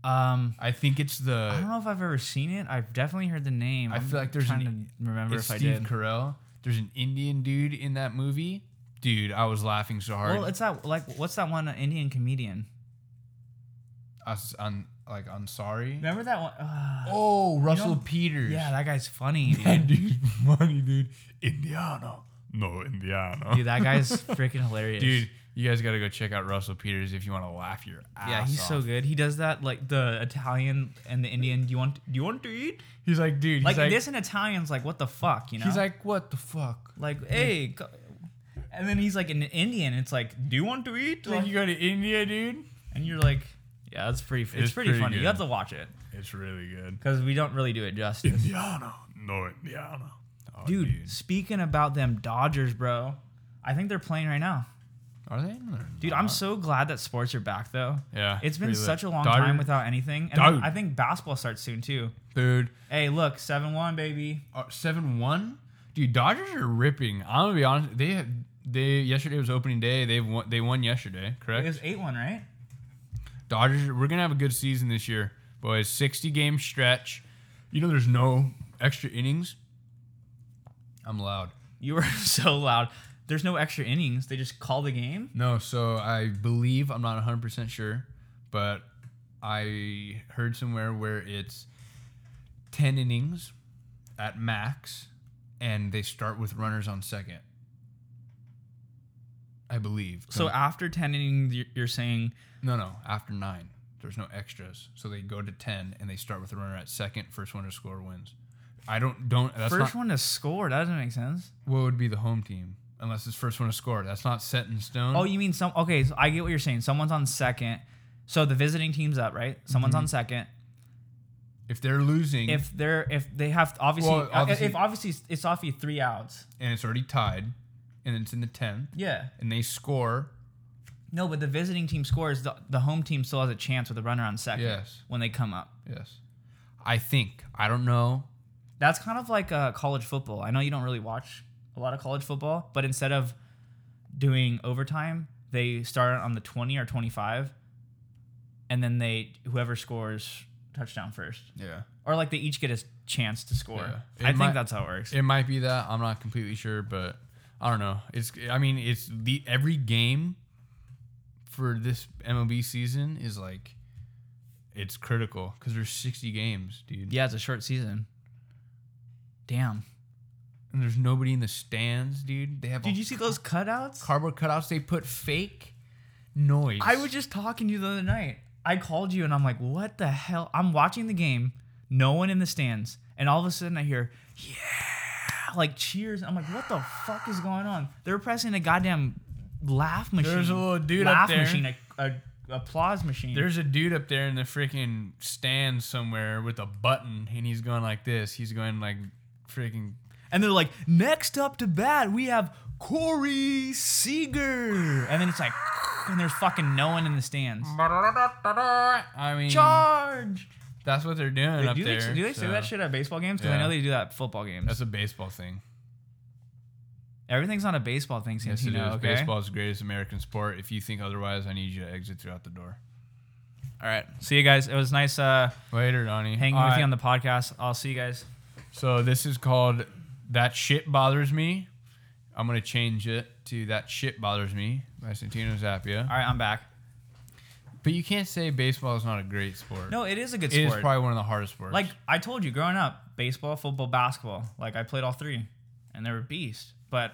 Speaker 1: Um.
Speaker 2: I think it's the.
Speaker 1: I don't know if I've ever seen it. I've definitely heard the name.
Speaker 2: I
Speaker 1: I'm
Speaker 2: feel like there's
Speaker 1: trying
Speaker 2: an-
Speaker 1: to remember
Speaker 2: it's
Speaker 1: if I
Speaker 2: Steve
Speaker 1: did.
Speaker 2: Carell. There's an Indian dude in that movie, dude, I was laughing so hard.
Speaker 1: Well, it's that like what's that one uh, Indian comedian?
Speaker 2: I was on like I'm sorry.
Speaker 1: Remember that one? Ah,
Speaker 2: Oh, Russell
Speaker 1: know-
Speaker 2: Peters.
Speaker 1: yeah, that guy's funny. Dude,
Speaker 2: That dude's funny, dude. Indiana. No, Indiana.
Speaker 1: Dude, that guy's freaking hilarious.
Speaker 2: Dude, you guys got to go check out Russell Peters if you want to laugh your ass
Speaker 1: yeah, he's
Speaker 2: off.
Speaker 1: so good. He does that like the Italian and the Indian. Do you want? Do you want to eat?
Speaker 2: He's like, dude, he's
Speaker 1: Like,
Speaker 2: like,
Speaker 1: this in Italian's like what the fuck, you know?
Speaker 2: He's like, what the fuck?
Speaker 1: like hey, co- and then he's like an Indian. It's like, do you want to eat?
Speaker 2: Like you go to India, dude.
Speaker 1: and you're like, yeah, that's pretty. It's,
Speaker 2: It's
Speaker 1: pretty,
Speaker 2: pretty
Speaker 1: funny. You
Speaker 2: good.
Speaker 1: have to watch it
Speaker 2: It's really good.
Speaker 1: because we don't really do it justice.
Speaker 2: Indiana. No, Indiana. Oh,
Speaker 1: Dude, speaking about them Dodgers, bro, I think they're playing right now.
Speaker 2: Are they?
Speaker 1: Dude, I'm so glad that sports are back though.
Speaker 2: Uh-huh. Yeah,
Speaker 1: It's been
Speaker 2: pretty lit.
Speaker 1: such a long
Speaker 2: Dodger-
Speaker 1: time without anything. And
Speaker 2: Dodger-
Speaker 1: I think basketball starts soon too.
Speaker 2: Dude,
Speaker 1: Hey, look, 7 1, baby.
Speaker 2: Uh, seven one. Dude, Dodgers are ripping. I'm gonna be honest. They have, they yesterday was opening day. They've won. They won yesterday,
Speaker 1: It
Speaker 2: correct?
Speaker 1: was 8 1, right?
Speaker 2: Dodgers. We're gonna have a good season this year, boys. Sixty game stretch. You know, there's no extra innings. I'm loud.
Speaker 1: You were so loud. There's no extra innings. They just call the game.
Speaker 2: No, so I believe I'm not 100% sure, but I heard somewhere where it's 10 innings at max and they start with runners on second. I believe.
Speaker 1: So after 10 innings, you're- you're saying,
Speaker 2: no, no, after 9. There's no extras. So they go to 10 and they start with a runner at second, first one to score wins. I don't don't that's
Speaker 1: first
Speaker 2: not
Speaker 1: one to score. That doesn't make sense.
Speaker 2: what would be the home team unless it's first one to score. That's not set in stone.
Speaker 1: Oh, you mean some? Okay, so I get what you're saying. Someone's on second. So the visiting team's up, right? Someone's
Speaker 2: Mm-hmm.
Speaker 1: on second.
Speaker 2: if they're losing
Speaker 1: If they're if they have obviously, uh,
Speaker 2: Well, obviously-
Speaker 1: if obviously it's off you three outs.
Speaker 2: and it's already tied and it's in the 10th
Speaker 1: Yeah.
Speaker 2: and they score,
Speaker 1: No, but the visiting team scores. The, the home team still has a chance with a runner on second
Speaker 2: Yes.
Speaker 1: when they come up.
Speaker 2: yes, I think I don't know.
Speaker 1: That's kind of like uh, college football. I know you don't really watch a lot of college football, but instead of doing overtime, they start on the 20 or 25, and then they whoever scores touchdown first,
Speaker 2: Yeah,
Speaker 1: or like they each get a chance to score.
Speaker 2: Yeah. It
Speaker 1: I think
Speaker 2: might-
Speaker 1: that's how it works.
Speaker 2: it might be that I'm not completely sure, but I don't know. It's I mean it's the every game for this MLB season is like it's critical because there's 60 games, dude.
Speaker 1: yeah, it's a short season. Damn.
Speaker 2: and there's nobody in the stands, dude. They have
Speaker 1: Did
Speaker 2: all
Speaker 1: you see those cutouts?
Speaker 2: cardboard cutouts. They put fake noise.
Speaker 1: I was just talking to you the other night. I called you and I'm like, what the hell? I'm watching the game, no one in the stands, and all of a sudden I hear, yeah, like cheers. I'm like, what the fuck is going on? They're pressing a goddamn laugh machine.
Speaker 2: There's a little dude up
Speaker 1: laugh
Speaker 2: there.
Speaker 1: machine, a, a applause machine.
Speaker 2: There's a dude up there in the freaking stand somewhere with a button, and he's going like this. He's going like freaking.
Speaker 1: and they're like, next up to bat, we have Corey Seager, and then it's like, and there's fucking no one in the stands.
Speaker 2: I mean,
Speaker 1: Charge!
Speaker 2: that's what they're doing up
Speaker 1: do they,
Speaker 2: there.
Speaker 1: do they say
Speaker 2: so-
Speaker 1: that shit at baseball games? Because I
Speaker 2: Yeah.
Speaker 1: know they do that at football games.
Speaker 2: That's a baseball thing.
Speaker 1: Everything's not a baseball thing,
Speaker 2: Yes,
Speaker 1: Santino.
Speaker 2: it is.
Speaker 1: Okay.
Speaker 2: Baseball is the greatest American sport. If you think otherwise, I need you to exit throughout the door.
Speaker 1: All right. See you guys. It was nice uh,
Speaker 2: Later, Donnie.
Speaker 1: hanging
Speaker 2: All
Speaker 1: with
Speaker 2: right,
Speaker 1: you on the podcast. I'll see you guys.
Speaker 2: So this is called "That Shit Bothers Me." I'm gonna change it to "That Shit Bothers Me" by Santino Zappia.
Speaker 1: All right, I'm back.
Speaker 2: But you can't say baseball is not a great sport.
Speaker 1: No, it is a good
Speaker 2: It is
Speaker 1: sport.
Speaker 2: probably one of the hardest sports.
Speaker 1: like I told you, growing up, baseball, football, basketball. Like I played all three, and they were beasts. But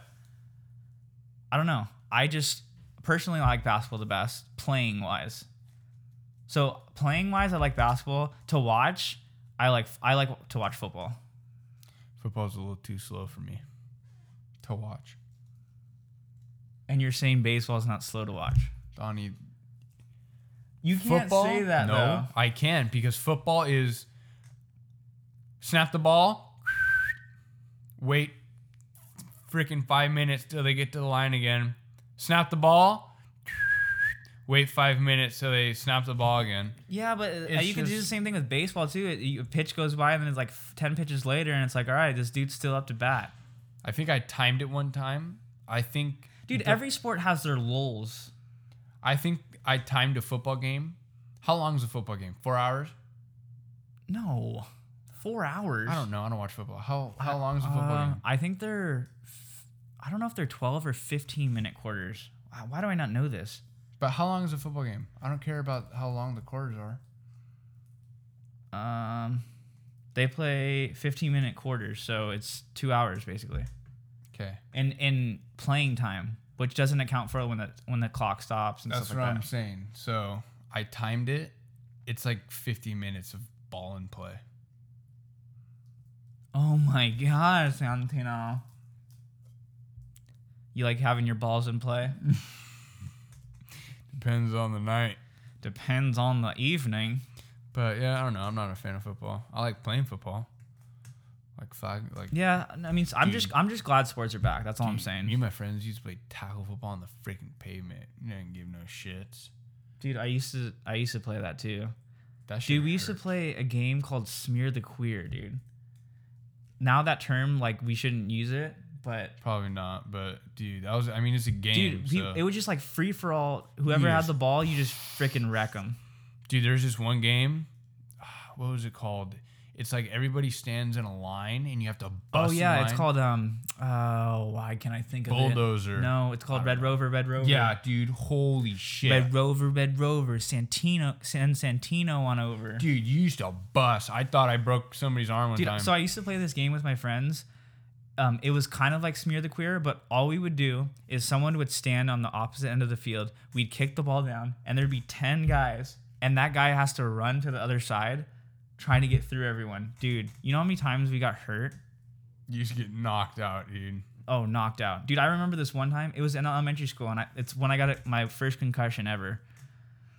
Speaker 1: I don't know. I just personally like basketball the best, playing wise. So playing wise, I like basketball. To watch, I like I like to watch football.
Speaker 2: football's a little too slow for me to watch.
Speaker 1: And you're saying baseball is not slow to watch.
Speaker 2: Donnie,
Speaker 1: You can't
Speaker 2: football?
Speaker 1: say that
Speaker 2: no,
Speaker 1: though.
Speaker 2: I can because football is snap the ball, wait freaking five minutes till they get to the line again, snap the ball, wait five minutes till they snap the ball again.
Speaker 1: Yeah, but uh,
Speaker 2: It's
Speaker 1: you can do the
Speaker 2: just-
Speaker 1: same thing with baseball too. It, you, a pitch goes by, and then it's like f- ten pitches later, and it's like, all right, this dude's still up to bat.
Speaker 2: I think I timed it one time. I think
Speaker 1: Dude, every sport has their lulls.
Speaker 2: I think I timed a football game. How long is a football game? Four hours?
Speaker 1: No, four hours.
Speaker 2: Uh, I don't know. I don't watch football. How how long is a football
Speaker 1: Um,
Speaker 2: game?
Speaker 1: I think they're. f- I don't know if they're 12 or 15 minute quarters. Wow, why do I not know this?
Speaker 2: But how long is a football game? I don't care about how long the quarters are.
Speaker 1: Um, they play 15 minute quarters, so it's two hours basically,
Speaker 2: Okay.
Speaker 1: and in playing time, which doesn't account for when the when the clock stops and
Speaker 2: That's
Speaker 1: stuff
Speaker 2: what
Speaker 1: like
Speaker 2: I'm
Speaker 1: that.
Speaker 2: saying. So I timed it. It's like 50 minutes of ball and play.
Speaker 1: Oh my god, Santino! You like having your balls in play?
Speaker 2: Depends on the night.
Speaker 1: Depends on the evening.
Speaker 2: But yeah, I don't know. I'm not a fan of football. I like playing football. Like flag, like
Speaker 1: Yeah, I mean, I'm
Speaker 2: Dude.
Speaker 1: just I'm just glad sports are back. That's all I'm saying.
Speaker 2: Me and my friends used to play tackle football on the freaking pavement. You didn't give no shits.
Speaker 1: Dude, I used to I used to play that too.
Speaker 2: That shit.
Speaker 1: Dude, we used to
Speaker 2: hurt.
Speaker 1: play a game called Smear the Queer, dude. Now that term, like we shouldn't use it, but
Speaker 2: probably not, but dude, that was. I mean, it's a game.
Speaker 1: dude, we-
Speaker 2: so-
Speaker 1: it was just like free for all. Whoever had
Speaker 2: Yes.
Speaker 1: the ball, you just freaking wreck them.
Speaker 2: dude there's this one game Ah, what was it called it's like everybody stands in a line and you have to
Speaker 1: Oh
Speaker 2: bust the
Speaker 1: yeah, it's
Speaker 2: line.
Speaker 1: called um. Oh, why can't I think of it?
Speaker 2: bulldozer
Speaker 1: No, it's called Red Rover. Red Rover.
Speaker 2: yeah dude holy shit
Speaker 1: Red Rover. Red Rover. Santino. Send Santino on over.
Speaker 2: dude you used to bust i thought i broke somebody's arm one
Speaker 1: Dude,
Speaker 2: time
Speaker 1: so I used to play this game with my friends. Um, it was kind of like smear the queer, but all we would do is someone would stand on the opposite end of the field. We'd kick the ball down, and there'd be ten guys, and that guy has to run to the other side, trying to get through everyone. Dude, you know how many times we got hurt?
Speaker 2: you used to get knocked out dude
Speaker 1: Oh, knocked out. Dude, I remember this one time. It was in elementary school, and I, it's when I got it, my first concussion ever.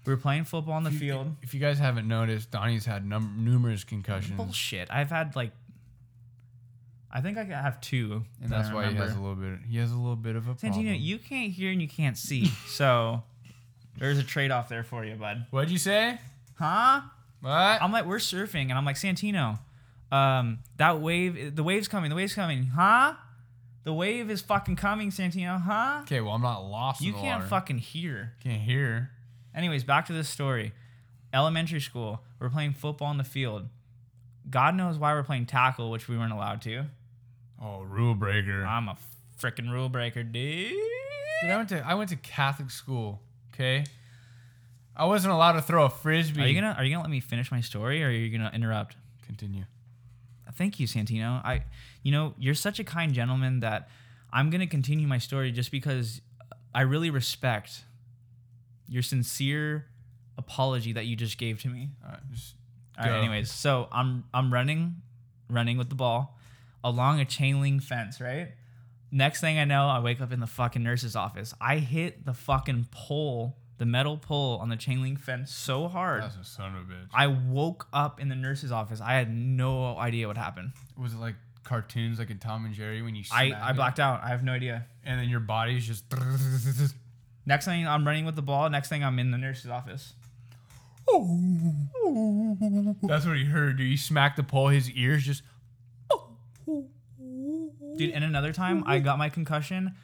Speaker 1: We were playing football on the field.
Speaker 2: if you guys haven't noticed donnie's had num- numerous concussions
Speaker 1: Bullshit. I've had like, I think I have two.
Speaker 2: and
Speaker 1: that I
Speaker 2: that's why he
Speaker 1: remember.
Speaker 2: has a little bit he has a little bit of a problem
Speaker 1: Santino, you can't hear and you can't see. So there's a trade off there for you, bud.
Speaker 2: what'd you say
Speaker 1: Huh?
Speaker 2: what
Speaker 1: I'm like, we're surfing, and I'm like, Santino, um, that wave, the wave's coming, the wave's coming, huh? The wave is fucking coming, Santino, huh?
Speaker 2: okay well i'm not lost
Speaker 1: You
Speaker 2: in the
Speaker 1: can't
Speaker 2: water.
Speaker 1: fucking hear.
Speaker 2: can't hear
Speaker 1: Anyways, back to this story. Elementary school, we're playing football in the field. God knows why we're playing tackle, which we weren't allowed to.
Speaker 2: oh rule breaker
Speaker 1: I'm a freaking rule breaker, dude.
Speaker 2: Dude, I went to I went to Catholic school. Okay, I wasn't allowed to throw a frisbee.
Speaker 1: Are you gonna are you gonna let me finish my story, or are you gonna interrupt?
Speaker 2: continue?
Speaker 1: Thank you, Santino. I, you know, you're such a kind gentleman that I'm gonna continue my story just because I really respect your sincere apology that you just gave to me.
Speaker 2: All right, Uh, just
Speaker 1: All right,
Speaker 2: Go.
Speaker 1: anyways, so I'm I'm running, running with the ball along a chain link fence, right? Next thing I know, I wake up in the fucking nurse's office. I hit the fucking pole, the metal pole on the chain link fence so hard.
Speaker 2: that's a son of a bitch.
Speaker 1: I woke up in the nurse's office. I had no idea what happened.
Speaker 2: Was it like cartoons, like in Tom and Jerry, when you
Speaker 1: I,
Speaker 2: smack
Speaker 1: I
Speaker 2: it,
Speaker 1: blacked out. I have no idea.
Speaker 2: and then your body's just
Speaker 1: Next thing I'm running with the ball. Next thing I'm in the nurse's office.
Speaker 2: that's what he heard. Dude, he smacked the pole. His ears just
Speaker 1: Dude, and another time I got my concussion.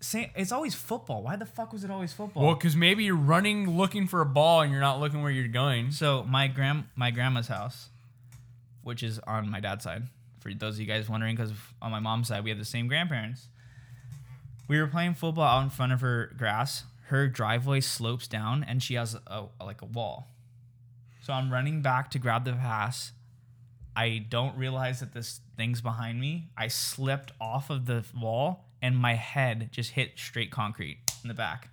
Speaker 1: Say, it's always football. Why the fuck was it always football?
Speaker 2: well, because maybe you're running looking for a ball and you're not looking where you're going.
Speaker 1: So my grand my grandma's house, which is on my dad's side. For those of you guys wondering, because on my mom's side we have the same grandparents. We were playing football out in front of her grass. Her driveway slopes down, and she has a like a wall. So I'm running back to grab the pass. I don't realize that this thing's behind me. I slipped off of the wall, and my head just hit straight concrete in the back.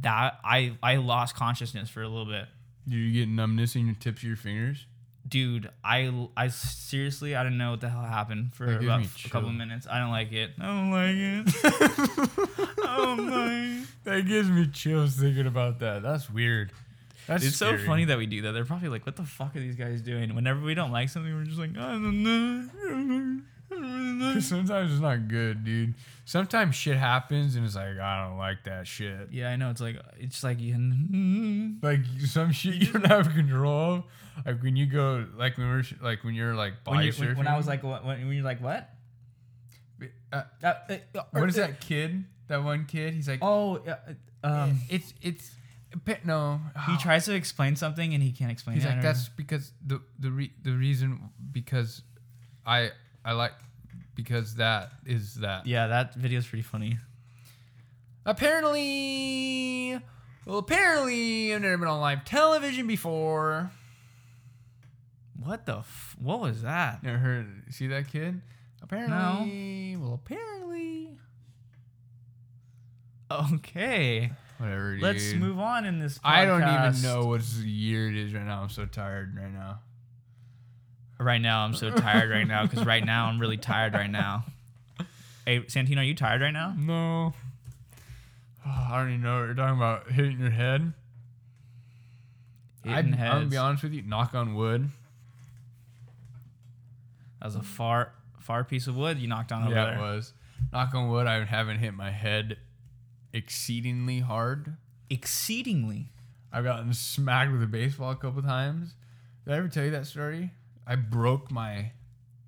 Speaker 1: That I I lost consciousness for a little bit
Speaker 2: Dude, you get numbness in your tips of your fingers.
Speaker 1: dude, I I seriously I don't know what the hell happened for
Speaker 2: That gives
Speaker 1: about
Speaker 2: me
Speaker 1: a couple
Speaker 2: chill.
Speaker 1: minutes. I don't like it. I don't like it. oh my!
Speaker 2: That gives me chills thinking about that. That's weird. That's
Speaker 1: It's so
Speaker 2: scary.
Speaker 1: funny that we do that. They're probably like, "What the fuck are these guys doing?" Whenever we don't like something, we're just like, "I don't know." I don't know. I don't know."
Speaker 2: Sometimes it's not good, dude. Sometimes shit happens and it's like, I don't like that shit.
Speaker 1: Yeah, I know. It's like it's like you.
Speaker 2: Like some shit you don't have control of. Like when you go, like when we're sh- like when you're like body
Speaker 1: When, you,
Speaker 2: surfing.
Speaker 1: when, when I was like, what, when, when you're like, what?
Speaker 2: uh,
Speaker 1: Uh, uh, uh,
Speaker 2: what is
Speaker 1: uh,
Speaker 2: that kid? That one kid? He's like,
Speaker 1: Oh, uh, uh, um,
Speaker 2: it's it's pe- no.
Speaker 1: he tries to explain something and he can't explain.
Speaker 2: He's
Speaker 1: it. I
Speaker 2: like,
Speaker 1: don't know.
Speaker 2: that's because the the re- the reason because I I like because that is that.
Speaker 1: Yeah, that video's pretty funny.
Speaker 2: Apparently, well, apparently, I've never been on live television before.
Speaker 1: What the? F- what was that?
Speaker 2: Never heard. See that kid? Apparently, well, apparently,
Speaker 1: Okay,
Speaker 2: whatever. Dude.
Speaker 1: let's move on in this. Podcast.
Speaker 2: I don't even know what year it is right now. I'm so tired right now.
Speaker 1: Right now, I'm so tired right now because right now I'm really tired right now. Hey, Santino, are you tired right now?
Speaker 2: No. I don't even know what you're talking about. Hitting your head.
Speaker 1: Hitting
Speaker 2: I, I'm gonna
Speaker 1: heads.
Speaker 2: be honest with you. Knock on wood.
Speaker 1: That was a far, far piece of wood you knocked on over
Speaker 2: yeah,
Speaker 1: there.
Speaker 2: it was. Knock on wood. I haven't hit my head exceedingly hard.
Speaker 1: Exceedingly.
Speaker 2: I've gotten smacked with a baseball a couple times. Did I ever tell you that story? I broke my,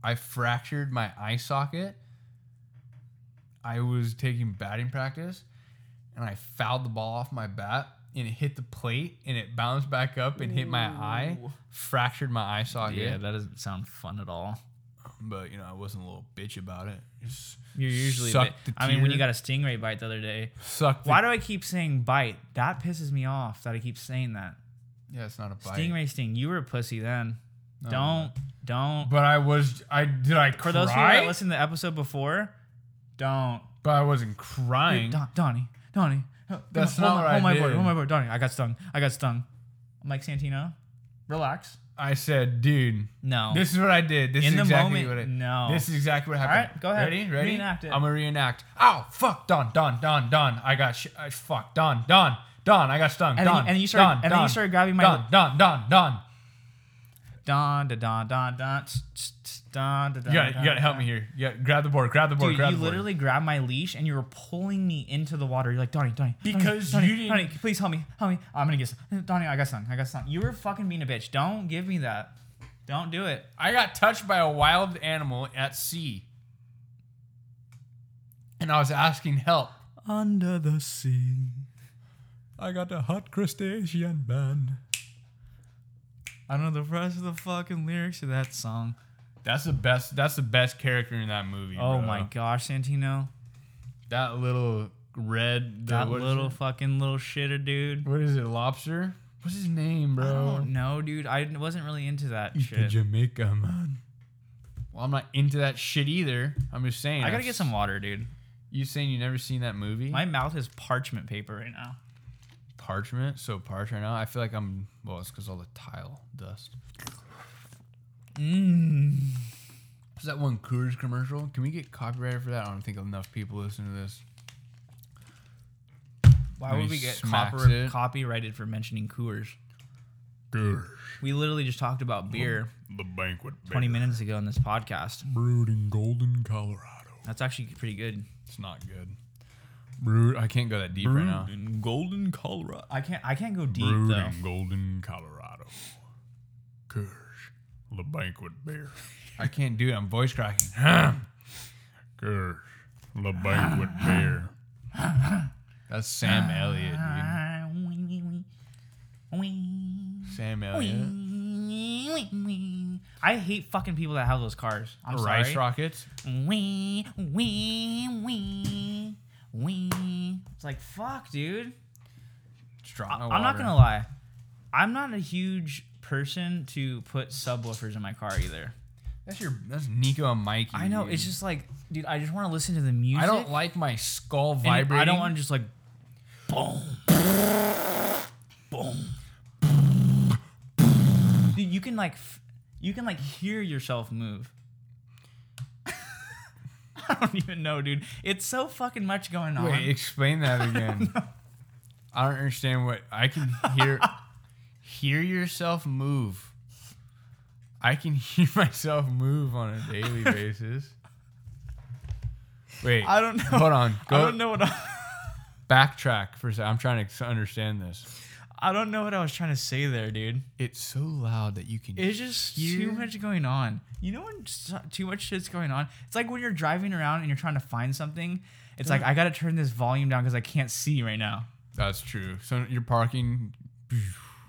Speaker 2: I fractured my eye socket. I was taking batting practice, and I fouled the ball off my bat, and it hit the plate, and it bounced back up and hit my eye, fractured my eye socket.
Speaker 1: Yeah, that doesn't sound fun at all.
Speaker 2: but you know I wasn't a little bitch about it. Just
Speaker 1: You're usually. a
Speaker 2: Sucked
Speaker 1: bit-
Speaker 2: the
Speaker 1: I mean, when
Speaker 2: tear.
Speaker 1: you got a stingray bite the other day.
Speaker 2: sucked. the-
Speaker 1: Why do I keep saying bite? That pisses me off that I keep saying that.
Speaker 2: yeah, it's not a bite. Oh,
Speaker 1: Stingray sting. You were a pussy then. don't, don't.
Speaker 2: But I was. I did. I
Speaker 1: For
Speaker 2: cry.
Speaker 1: those people that listened to the episode before, don't.
Speaker 2: but I wasn't crying.
Speaker 1: Don, Donnie, Donnie. help, come
Speaker 2: That's
Speaker 1: on,
Speaker 2: not
Speaker 1: hold
Speaker 2: what
Speaker 1: my,
Speaker 2: I
Speaker 1: hold my board,
Speaker 2: did.
Speaker 1: hold my board, Donnie. I got stung. I got stung. I'm like Santino. Relax.
Speaker 2: I said, dude.
Speaker 1: No.
Speaker 2: This is what I did. This
Speaker 1: Oh. In
Speaker 2: is
Speaker 1: the
Speaker 2: exactly
Speaker 1: moment,
Speaker 2: what I
Speaker 1: no.
Speaker 2: This is exactly what
Speaker 1: Alright,
Speaker 2: happened.
Speaker 1: go ahead.
Speaker 2: Ready? Ready?
Speaker 1: Reenact it.
Speaker 2: I'm gonna reenact. Ow! Fuck! Don! Don! Don! Don! I got sh- I, fuck! Don! Don! Don! I got stung.
Speaker 1: And then
Speaker 2: Don!
Speaker 1: you- and you started-
Speaker 2: Don,
Speaker 1: and then you
Speaker 2: Don,
Speaker 1: started grabbing my-
Speaker 2: Don! Don! Don! Don!
Speaker 1: Don, da, don, don, don, tss, tss, tss, don, da, don.
Speaker 2: You gotta,
Speaker 1: don,
Speaker 2: you gotta help
Speaker 1: don.
Speaker 2: me here. Yeah, grab the board. Grab the board.
Speaker 1: Dude,
Speaker 2: grab
Speaker 1: you
Speaker 2: the board.
Speaker 1: literally grabbed my leash and you were pulling me into the water. You're like, Donnie, Donnie. Donnie,
Speaker 2: Because
Speaker 1: Donnie,
Speaker 2: you didn't-
Speaker 1: Donnie, please help me. Help me. I'm going to get stung. Donnie, I got stung. I got stung. You were fucking being a bitch. Don't give me that. Don't do it.
Speaker 2: I got touched by a wild animal at sea, and I was asking help.
Speaker 3: Under the sea. I got a hot crustacean man.
Speaker 1: I don't know the rest of the fucking lyrics of that song.
Speaker 2: That's the best. That's the best character in that movie.
Speaker 1: Oh
Speaker 2: bro.
Speaker 1: my gosh, Santino.
Speaker 2: That little red. the-
Speaker 1: That
Speaker 2: what is
Speaker 1: little
Speaker 2: it?
Speaker 1: fucking little shitter dude.
Speaker 2: What is it? Lobster? What's his name,
Speaker 1: I
Speaker 2: bro?
Speaker 1: don't know, dude. I wasn't really into that
Speaker 3: Eat the
Speaker 1: shit.
Speaker 3: Jamaica man.
Speaker 2: Well, I'm not into that shit either. I'm just saying.
Speaker 1: I gotta
Speaker 2: I've-
Speaker 1: get some water, dude.
Speaker 2: You saying you never seen that movie?
Speaker 1: My mouth is parchment paper right now.
Speaker 2: parchment, so parched right now. I feel like I'm. Well, it's because all the tile dust.
Speaker 1: Mmm.
Speaker 2: Is that one Coors commercial? Can we get copyrighted for that? I don't think enough people listen to this.
Speaker 1: Why
Speaker 2: And
Speaker 1: would
Speaker 2: he
Speaker 1: we get
Speaker 2: smacks
Speaker 1: copper-
Speaker 2: it.
Speaker 1: copyrighted for mentioning Coors?
Speaker 3: Grr,
Speaker 1: We literally just talked about beer
Speaker 3: The banquet
Speaker 1: 20 minutes ago in this podcast.
Speaker 3: brewed in Golden, Colorado.
Speaker 1: That's actually pretty good.
Speaker 2: It's not good. Brood. I can't go that deep right now.
Speaker 3: in Golden, Colorado.
Speaker 1: I can't. I can't go deep
Speaker 3: Brewed
Speaker 1: though.
Speaker 3: in Golden, Colorado. Kirsch, the banquet beer.
Speaker 2: I can't do it. I'm voice cracking.
Speaker 3: Kirsch, the banquet beer.
Speaker 2: That's Sam Elliott, dude. Sam Elliott.
Speaker 1: I hate fucking people that have those cars. I'm
Speaker 2: Rice
Speaker 1: sorry.
Speaker 2: Rockets.
Speaker 1: Wee, wee, wee, wee. It's like fuck, dude.
Speaker 2: Strong
Speaker 1: I- I'm not gonna lie. I'm not a huge person to put subwoofers in my car either.
Speaker 2: That's your. That's Nico and Mikey.
Speaker 1: I know.
Speaker 2: dude.
Speaker 1: It's just like, dude, I just want to listen to the music.
Speaker 2: I don't like my skull
Speaker 1: and
Speaker 2: vibrating.
Speaker 1: I don't want to just like boom, boom. Dude, you can like, f- you can like hear yourself move. I don't even know, dude. It's so fucking much going on.
Speaker 2: Wait, explain that again. I don't understand what I can hear. hear yourself move. I can hear myself move on a daily basis. Wait,
Speaker 1: I don't know.
Speaker 2: hold on. Go
Speaker 1: I don't know what I,
Speaker 2: backtrack for a second. I'm trying to s- understand this.
Speaker 1: I don't know what I was trying to say there, dude.
Speaker 2: It's so loud that you can.
Speaker 1: It's just
Speaker 2: Here.
Speaker 1: too much going on. You know when so- too much shit's going on? It's like when you're driving around and you're trying to find something. It's
Speaker 2: Uh-huh.
Speaker 1: like I gotta turn this volume down because I can't see right now.
Speaker 2: That's true. So you're parking.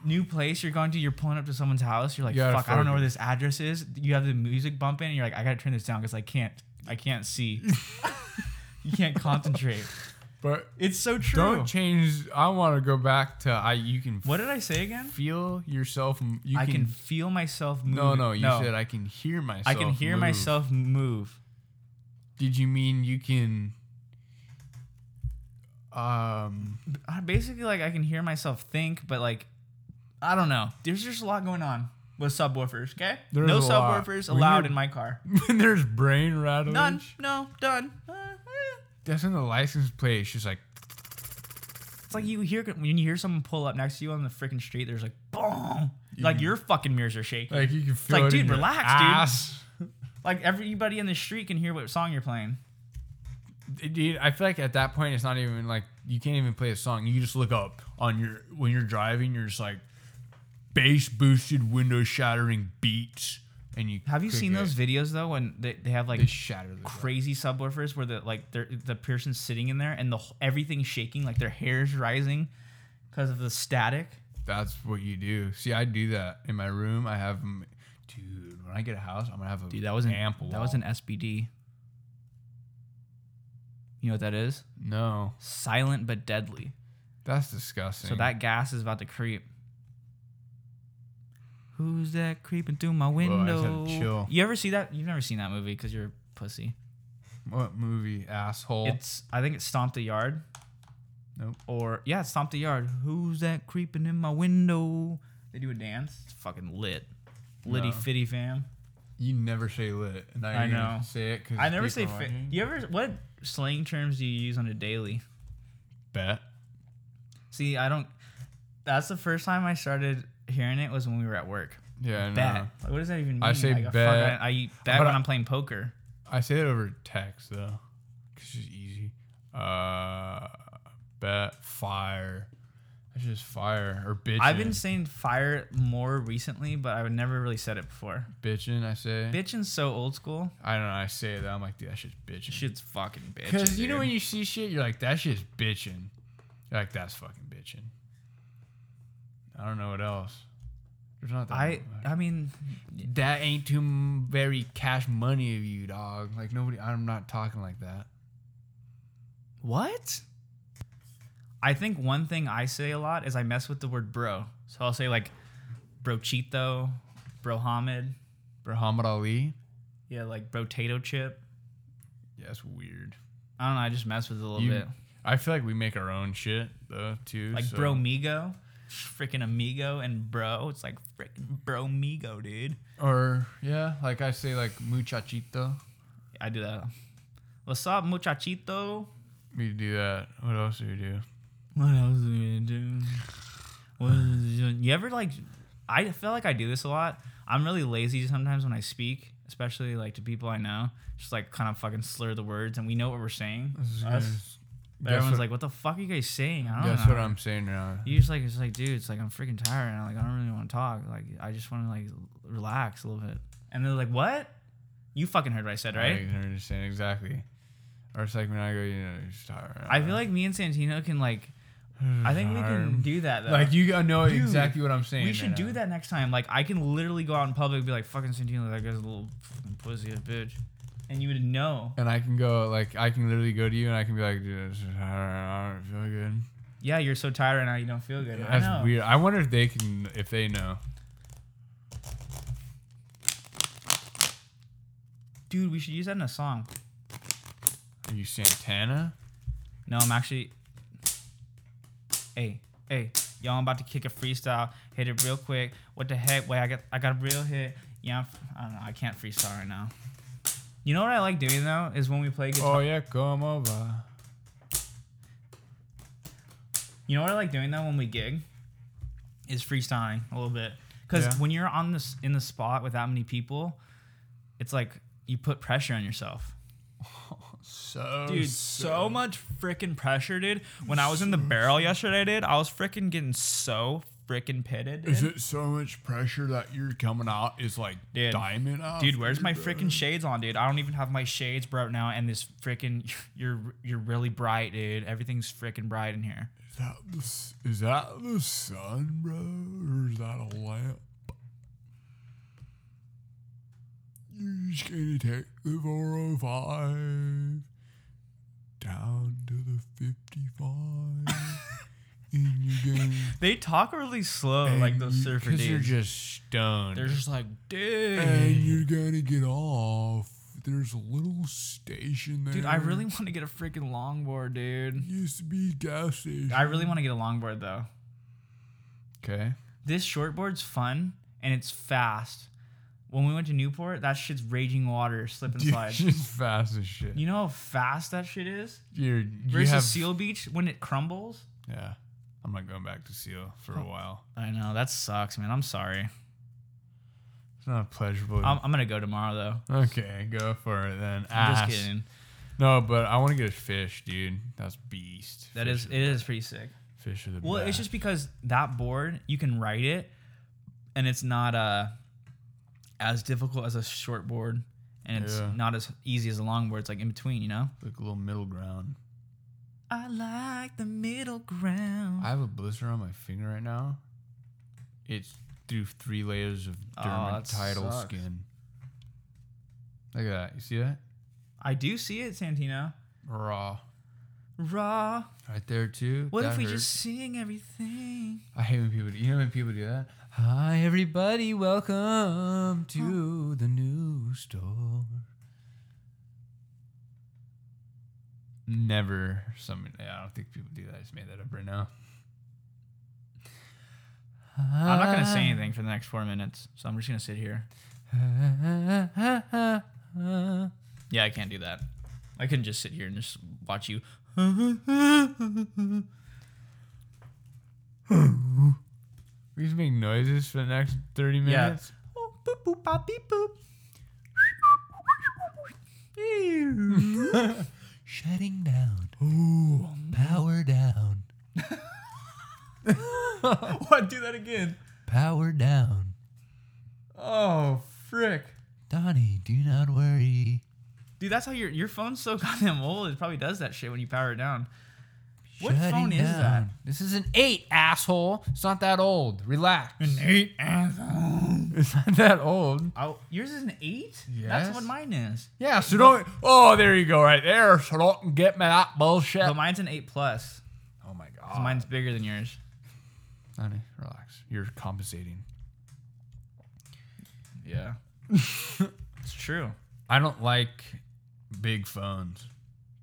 Speaker 1: new place you're going to, you're pulling up to someone's house. You're like,
Speaker 2: You gotta
Speaker 1: fuck, I don't know where
Speaker 2: focus.
Speaker 1: this address is. You have the music bumping, and you're like, I gotta turn this down because I can't, I can't see. you can't concentrate.
Speaker 2: But
Speaker 1: It's so true.
Speaker 2: don't change. I want to go back to I. You can
Speaker 1: what did I say again?
Speaker 2: feel yourself. m- You
Speaker 1: I can, feel myself move.
Speaker 2: no, no. You said I can hear myself.
Speaker 1: I can hear
Speaker 2: move."
Speaker 1: myself move.
Speaker 2: Did you mean you can? Um.
Speaker 1: I basically like I can hear myself think, but like I don't know. There's just a lot going on with subwoofers. Okay,
Speaker 2: There
Speaker 1: no
Speaker 2: is a lot.
Speaker 1: subwoofers
Speaker 2: When
Speaker 1: allowed
Speaker 2: you're-
Speaker 1: in my car.
Speaker 2: when there's brain rattling.
Speaker 1: None. No. Done. Uh, eh.
Speaker 2: That's in the license plate. It's just like
Speaker 1: It's like you hear when you hear someone pull up next to you on the freaking street. There's like boom. Like your fucking mirrors are shaking.
Speaker 2: like you can feel
Speaker 1: like,
Speaker 2: it in
Speaker 1: dude,
Speaker 2: your
Speaker 1: relax, dude.
Speaker 2: ass.
Speaker 1: Like everybody in the street can hear what song you're playing.
Speaker 2: dude. I feel like at that point it's not even like you can't even play a song. You just look up on your when you're driving. You're just like bass boosted, window shattering beats, and you
Speaker 1: Have you
Speaker 2: click
Speaker 1: seen
Speaker 2: it.
Speaker 1: those videos though when they, they have like
Speaker 2: They shatter the
Speaker 1: crazy subwoofers where the like they're, the person's sitting in there and the wh- everything's shaking, like their hair's rising because of the static.
Speaker 2: That's what you do. See, I do that in my room. I have, 'em- dude. When I get a house, I'm gonna have a
Speaker 1: Dude, that was an
Speaker 2: amp wall.
Speaker 1: that was an SBD. You know what that is?
Speaker 2: no.
Speaker 1: Silent but deadly.
Speaker 2: That's disgusting.
Speaker 1: So that gas is about to creep. Who's that creeping through my
Speaker 2: I just
Speaker 1: window?
Speaker 2: had a chill.
Speaker 1: You ever see that? You've never seen that movie because you're a pussy.
Speaker 2: what movie asshole?
Speaker 1: It's I think it's Stomp the Yard.
Speaker 2: Nope.
Speaker 1: Or yeah, it's Stomp the Yard. Who's that creeping in my window? They do a dance. It's fucking lit. Litty
Speaker 2: No.
Speaker 1: fitty fam.
Speaker 2: You never say lit, and now
Speaker 1: I
Speaker 2: you're
Speaker 1: know.
Speaker 2: gonna say it because
Speaker 1: I never say fit. You ever what slang terms do you use on a daily?
Speaker 2: bet.
Speaker 1: See, I don't. That's the first time I started hearing it was when we were at work.
Speaker 2: Yeah, I know.
Speaker 1: Bet. Like, what does that even mean?
Speaker 2: I say
Speaker 1: like, a fuck,
Speaker 2: bet.
Speaker 1: I, I bet
Speaker 2: But
Speaker 1: when
Speaker 2: I-
Speaker 1: I'm playing poker.
Speaker 2: I say it over text though, because it's easy. Uh, bet fire. That's just fire or bitching.
Speaker 1: I've been saying fire more recently, but I would never really said it before.
Speaker 2: bitching. I say.
Speaker 1: Bitchin's so old school.
Speaker 2: I don't know. I say that. I'm like, dude, that shit's bitching.
Speaker 1: Shit's fucking bitch.
Speaker 2: Because you know when you see shit, you're like, that shit's bitching. You're like, that's fucking bitching. I don't know what else. There's not that.
Speaker 1: I I mean,
Speaker 2: that ain't too m- very cash money of you, dog. Like nobody. I'm not talking like that.
Speaker 1: what? I think one thing I say a lot is I mess with the word bro. So I'll say like brochito, brohamid,
Speaker 2: Muhammad Ali.
Speaker 1: yeah, like brotato chip.
Speaker 2: Yeah, that's weird.
Speaker 1: I don't know, I just mess with it a little
Speaker 2: You-
Speaker 1: bit.
Speaker 2: I feel like we make our own shit though too.
Speaker 1: Like
Speaker 2: so-
Speaker 1: bro bromigo, freaking amigo and bro. It's like freaking bromigo, dude.
Speaker 2: Or yeah, like I say like muchachito.
Speaker 1: I do that. What's up, muchachito?
Speaker 2: We do that. What else do we do?
Speaker 1: What else are we gonna do? What else is- you ever like? I feel like I do this a lot. I'm really lazy sometimes when I speak, especially like to people I know. Just like kind of fucking slur the words, and we know what we're saying. Us. But
Speaker 2: guess
Speaker 1: everyone's
Speaker 2: what-
Speaker 1: like, "What the fuck are you guys saying?" I don't
Speaker 2: That's
Speaker 1: know.
Speaker 2: what I'm saying now.
Speaker 1: you just like it's like, dude, it's like I'm freaking tired, and I like I don't really want to talk. Like I just want to like relax a little bit. And they're like, "What? You fucking heard what I said, right?"
Speaker 2: I understand exactly. Or it's like when I uh, go, you know, you're just tired.
Speaker 1: I feel like me and Santino can like. I think we can
Speaker 2: Tired.
Speaker 1: do that though.
Speaker 2: like you know
Speaker 1: Dude,
Speaker 2: exactly what I'm saying. uh,
Speaker 1: We should
Speaker 2: right
Speaker 1: do
Speaker 2: now.
Speaker 1: that next time. Like I can literally go out in public and be like, "Fucking Santino, that guy's a little fucking pussy, a bitch," and you would know.
Speaker 2: And I can go like I can literally go to you and I can be like, dude, I'm just tired. I don't feel good.
Speaker 1: Yeah, you're so tired right now, you don't feel good. I know.
Speaker 2: That's weird. I wonder if they can if they know.
Speaker 1: dude. We should use that in a song.
Speaker 2: Are you Santana?
Speaker 1: No, I'm actually. Hey, hey, yo, I'm about to kick a freestyle. Hit it real quick. What the heck? Wait, I got, I got a real hit. Yeah, I'm, f- I don't know. I can't freestyle right now. You know what I like doing though is when we play guitar.
Speaker 2: Oh yeah, come over.
Speaker 1: You know what I like doing though when we gig is freestyling a little bit because
Speaker 2: Yeah.
Speaker 1: when you're on this in the spot with that many people, it's like you put pressure on yourself.
Speaker 2: Oh, So
Speaker 1: Dude, so much freaking pressure, dude. When I was in the barrel yesterday, dude, I was freaking getting so frickin' pitted.
Speaker 2: Is it so much pressure that you're coming out is like
Speaker 1: Dude.
Speaker 2: diamond out?
Speaker 1: Dude, where's my freaking shades on, dude? I don't even have my shades bro now, and this freaking you're you're really bright, dude. Everything's freaking bright in here.
Speaker 2: Is that the, s- is that the sun, bro? Or is that a lamp? You're just gonna take the 405 down to the 55. and you're gonna.
Speaker 1: They talk really slow, like those surfer dudes.
Speaker 2: you're just stoned.
Speaker 1: They're just like,
Speaker 2: and
Speaker 1: dude.
Speaker 2: you're gonna get off. There's a little station there.
Speaker 1: Dude, I really want to get a freaking longboard, dude.
Speaker 2: used to be gas station.
Speaker 1: I really want to get a longboard though.
Speaker 2: Okay.
Speaker 1: This shortboard's fun and it's fast. When we went to Newport, that shit's raging water, slip and
Speaker 2: Dude,
Speaker 1: slide.
Speaker 2: she's fast as shit.
Speaker 1: You know how fast that shit is?
Speaker 2: You're, you
Speaker 1: Versus
Speaker 2: have,
Speaker 1: Seal Beach when it crumbles.
Speaker 2: Yeah. I'm not going back to Seal E for
Speaker 1: Oh.
Speaker 2: a while.
Speaker 1: I know that sucks, man. I'm sorry.
Speaker 2: It's not pleasurable.
Speaker 1: I'm, I'm gonna go tomorrow though.
Speaker 2: okay, go for it then.
Speaker 1: I'm
Speaker 2: Ass.
Speaker 1: just kidding.
Speaker 2: No, but I want to get a fish, dude. That's beast.
Speaker 1: That
Speaker 2: fish
Speaker 1: is it is pretty sick.
Speaker 2: fish of the
Speaker 1: Well,
Speaker 2: best.
Speaker 1: it's just because that board you can write it, and it's not uh as difficult as a short board, and it's
Speaker 2: Yeah.
Speaker 1: not as easy as a long board. It's like in between, you know.
Speaker 2: like a little middle ground.
Speaker 1: I like the middle ground.
Speaker 2: I have a blister on my finger right now. It's through three layers of
Speaker 1: Oh, that
Speaker 2: dermatidal
Speaker 1: sucks.
Speaker 2: skin. Look at that. You see that?
Speaker 1: I do see it, Santino.
Speaker 2: Raw.
Speaker 1: Raw.
Speaker 2: Right there too.
Speaker 1: What
Speaker 2: That
Speaker 1: if we
Speaker 2: hurt.
Speaker 1: just sing everything?
Speaker 2: I hate when people do. You know when people do that. Hi everybody, welcome to the new store. Never. Some. Yeah, I don't think people do that. I just made that up right now.
Speaker 1: I'm not gonna say anything for the next four minutes, so I'm just gonna sit here.
Speaker 2: anything.
Speaker 1: Yeah, I can't do that. I couldn't just sit here and just watch you.
Speaker 2: We just make noises for the next thirty
Speaker 1: Yeah.
Speaker 2: minutes.
Speaker 1: Oh, boop, boop, bop, beep, boop.
Speaker 2: Shutting down. Ooh, power down.
Speaker 1: What? Do that again.
Speaker 2: Power down.
Speaker 1: Oh, frick.
Speaker 2: Donnie, do not worry.
Speaker 1: Dude, that's how your your phone's so goddamn old. It probably does that shit when you power it down. What
Speaker 2: Shutting
Speaker 1: phone is that?
Speaker 2: down. This is an eight, asshole. It's not that old. Relax.
Speaker 1: Eight.
Speaker 2: It's not that old.
Speaker 1: Oh, yours is an eight.
Speaker 2: Yes.
Speaker 1: That's what mine is.
Speaker 2: Yeah, so don't. Oh, there you go, right there. So don't get me that bullshit.
Speaker 1: But mine's an eight plus.
Speaker 2: oh my god.
Speaker 1: 'cause Mine's bigger than yours.
Speaker 2: Donnie, relax. You're compensating.
Speaker 1: Yeah. it's true.
Speaker 2: I don't like big phones.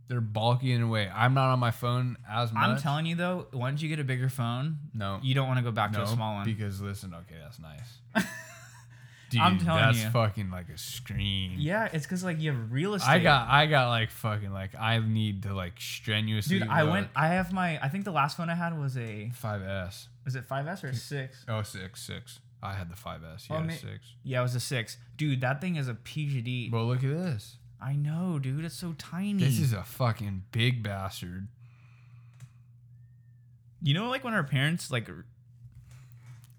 Speaker 2: They're bulky in a way. I'm not on my phone as much.
Speaker 1: I'm telling you though, once you get a bigger phone,
Speaker 2: No.
Speaker 1: you don't want to go back
Speaker 2: no,
Speaker 1: to a small one.
Speaker 2: because listen, okay, that's nice. Dude,
Speaker 1: I'm telling
Speaker 2: that's
Speaker 1: you.
Speaker 2: fucking like a scream.
Speaker 1: yeah, it's because like you have real estate.
Speaker 2: I got I got like fucking like I need to like strenuously.
Speaker 1: Dude, I
Speaker 2: work.
Speaker 1: went. I have my. I think the last phone I had was a.
Speaker 2: 5S.
Speaker 1: Was it 5S or a six?
Speaker 2: Oh, six, six. I had the 5S.
Speaker 1: Oh,
Speaker 2: You had a
Speaker 1: ma-
Speaker 2: 6.
Speaker 1: Yeah, it was a six. Dude, that thing is a PGD.
Speaker 2: Well, look at this.
Speaker 1: I know, dude. It's so tiny.
Speaker 2: This is a fucking big bastard.
Speaker 1: you know, like when our parents like, r-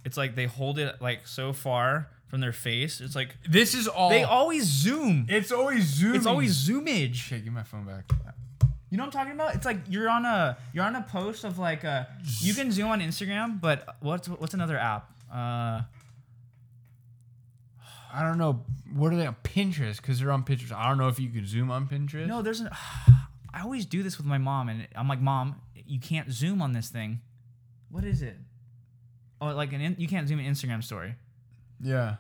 Speaker 1: it's like they hold it like so far from their face. It's like
Speaker 2: This is all.
Speaker 1: they always zoom.
Speaker 2: it's always zooming.
Speaker 1: It's always zoomage.
Speaker 2: Okay, give my phone back.
Speaker 1: You know what I'm talking about? It's like you're on a you're on a post of like a you can zoom on Instagram, but what's what's another app? Uh,
Speaker 2: I don't know. What are they on Pinterest? Because they're on Pinterest. I don't know if you can zoom on Pinterest.
Speaker 1: no, there's an. I always do this with my mom, and I'm like, Mom, you can't zoom on this thing. What is it? Oh, like an in, you can't zoom an Instagram story.
Speaker 2: Yeah.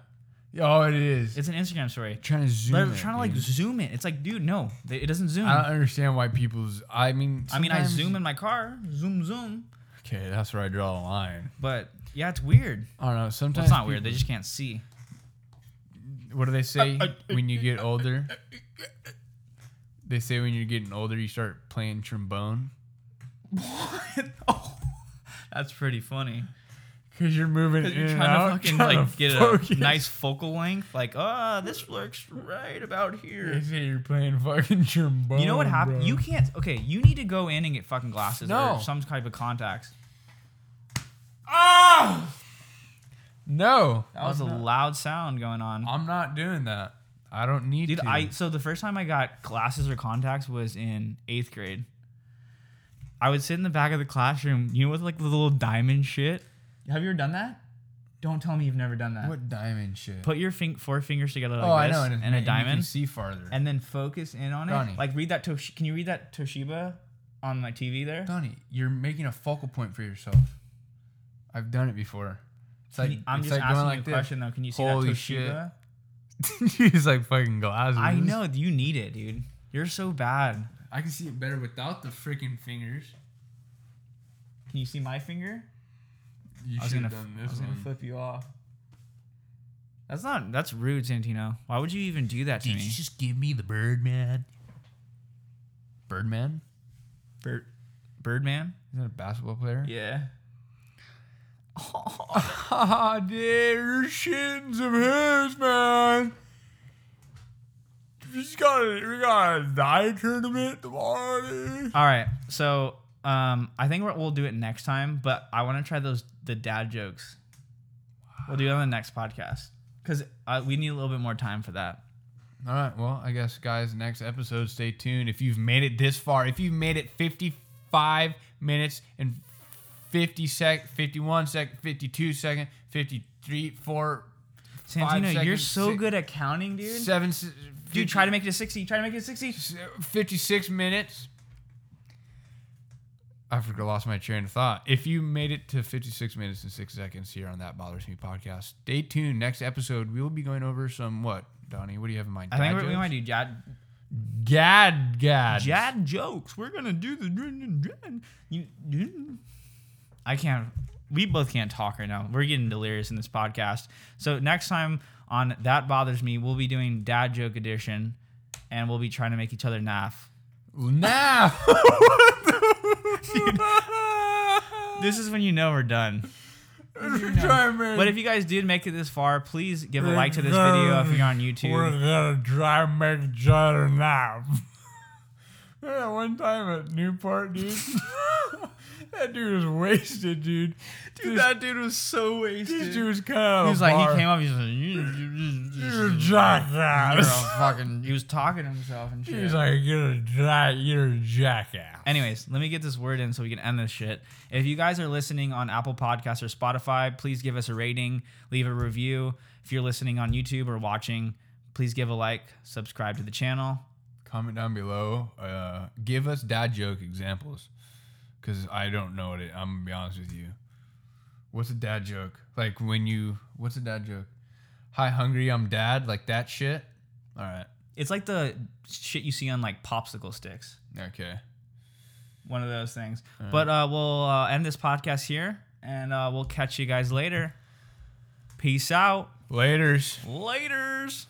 Speaker 2: Yeah, Oh, it is.
Speaker 1: It's an Instagram story.
Speaker 2: trying to zoom.
Speaker 1: They're
Speaker 2: it,
Speaker 1: trying to like
Speaker 2: dude.
Speaker 1: zoom it. It's like, dude, no, th- it doesn't zoom.
Speaker 2: I don't understand why people's. I mean.
Speaker 1: I mean, I
Speaker 2: sometimes-
Speaker 1: zoom in my car, zoom, zoom,
Speaker 2: Okay, that's where I draw the line.
Speaker 1: but yeah, it's weird.
Speaker 2: I don't know. Sometimes
Speaker 1: Well, it's not
Speaker 2: people-
Speaker 1: weird. They Uh, just can't see.
Speaker 2: what do they say when you get
Speaker 1: uh,
Speaker 2: older? They say when you're getting older, you start playing trombone
Speaker 1: oh, that's pretty funny.
Speaker 2: because you're moving
Speaker 1: Because
Speaker 2: in
Speaker 1: you're
Speaker 2: and
Speaker 1: trying
Speaker 2: out,
Speaker 1: to fucking
Speaker 2: trying
Speaker 1: like
Speaker 2: to
Speaker 1: get a
Speaker 2: focus.
Speaker 1: nice focal length. Like, ah, this looks right about
Speaker 2: They
Speaker 1: here.
Speaker 2: say you're playing fucking trombone.
Speaker 1: You know what happened?
Speaker 2: bro.
Speaker 1: You can't. Okay, you need to go in and get fucking glasses
Speaker 2: No.
Speaker 1: or some type of contacts.
Speaker 2: ah. No,
Speaker 1: That was a loud sound going on.
Speaker 2: I'm not doing that. I don't need
Speaker 1: Dude,
Speaker 2: to.
Speaker 1: I so the first time I got glasses or contacts was in eighth grade. I would sit in the back of the classroom, you know, with like the little diamond shit. Have you ever done that? Don't tell me you've never done that.
Speaker 2: what diamond shit?
Speaker 1: Put your fing- four fingers together like
Speaker 2: oh, I
Speaker 1: this
Speaker 2: know,
Speaker 1: and,
Speaker 2: and
Speaker 1: a
Speaker 2: You can
Speaker 1: diamond,
Speaker 2: see farther.
Speaker 1: and then focus in on it.
Speaker 2: Donnie.
Speaker 1: Like read that. Tosh- can you read that Toshiba on my TV there?
Speaker 2: Donnie, you're making a focal point for yourself. I've done it before. It's like
Speaker 1: Can you- I'm
Speaker 2: it's
Speaker 1: just
Speaker 2: like
Speaker 1: asking
Speaker 2: going
Speaker 1: you a
Speaker 2: like
Speaker 1: question though. Can you see
Speaker 2: Holy
Speaker 1: that Toshiba?
Speaker 2: shit. Mm-hmm. this. He's like fucking glasses.
Speaker 1: I know you need it, dude. You're so bad.
Speaker 2: I can see it better without the freaking fingers.
Speaker 1: Can you see my finger?
Speaker 2: You
Speaker 1: I was
Speaker 2: should
Speaker 1: gonna,
Speaker 2: have done
Speaker 1: I was
Speaker 2: this
Speaker 1: gonna
Speaker 2: one.
Speaker 1: flip you off. That's not. That's rude, Santino. Why would you even do that to me?
Speaker 2: just give me the Birdman? Birdman?
Speaker 1: Bird, Birdman.
Speaker 2: Isn't that a basketball player?
Speaker 1: Yeah.
Speaker 2: Ah, dude, your shins of his, man. We just got a, we got a die tournament tomorrow, dude.
Speaker 1: All right. So, um, I think we're, we'll do it next time. But I want to try those the dad jokes. We'll do it on the next podcast because uh, we need a little bit more time for that.
Speaker 2: All right, well, I guess, guys, next episode, stay tuned. If you've made it this far, if you've made it 55 minutes and 50 sec, 51 sec, 52 second, 53, 4, Five
Speaker 1: Santino, you're
Speaker 2: seconds,
Speaker 1: so
Speaker 2: six-
Speaker 1: good at counting, dude.
Speaker 2: 7, s-
Speaker 1: Dude, try to make it a sixty. Try to make it a sixty.
Speaker 2: 56 minutes. I forgot lost my train of thought. If you made it to 56 minutes and 6 seconds here on That Bothers Me podcast, stay tuned. Next episode, we will be going over some what, Donnie? What do you have in mind?
Speaker 1: I think
Speaker 2: Dad
Speaker 1: we're, we
Speaker 2: jokes?
Speaker 1: might do dad
Speaker 2: Gad Gad.
Speaker 1: Jad jokes. We're gonna do the Jad. You, you- I can't. We both can't talk right now. We're getting delirious in this podcast. So next time on that bothers me, we'll be doing dad joke edition, and we'll be trying to make each other laugh.
Speaker 2: Now.
Speaker 1: This is when you know we're done. But if you guys did make it this far, please give a like to this video if you're on
Speaker 3: We're
Speaker 1: YouTube.
Speaker 3: gonna try and make each other laugh. Remember that one time at Newport, dude? that dude was wasted, dude. Dude,
Speaker 1: That dude was so
Speaker 3: this
Speaker 1: wasted.
Speaker 3: dude was kind of.
Speaker 1: He's
Speaker 3: a
Speaker 1: like
Speaker 3: bar-
Speaker 1: he came up. He's like,
Speaker 3: You're a jackass.
Speaker 1: fucking. He was talking to himself and shit.
Speaker 3: He's like, you're a, ja- you're a jackass.
Speaker 1: Anyways, let me get this word in so we can end this shit. If you guys are listening on Apple Podcasts or Spotify, please give us a rating, leave a review. If you're listening on YouTube or watching, please give a like, subscribe to the channel.
Speaker 2: Comment down below. Uh, give us dad joke examples, because I don't know it. I'm gonna be honest with you. What's a dad joke? Like when you? What's a dad joke? Hi, hungry. I'm dad. Like that shit. All right.
Speaker 1: It's like the shit you see on like popsicle sticks,
Speaker 2: Okay.
Speaker 1: one of those things. But uh, we'll uh, end this podcast here and uh, we'll catch you guys later. Peace out.
Speaker 2: Later's.
Speaker 1: Laters.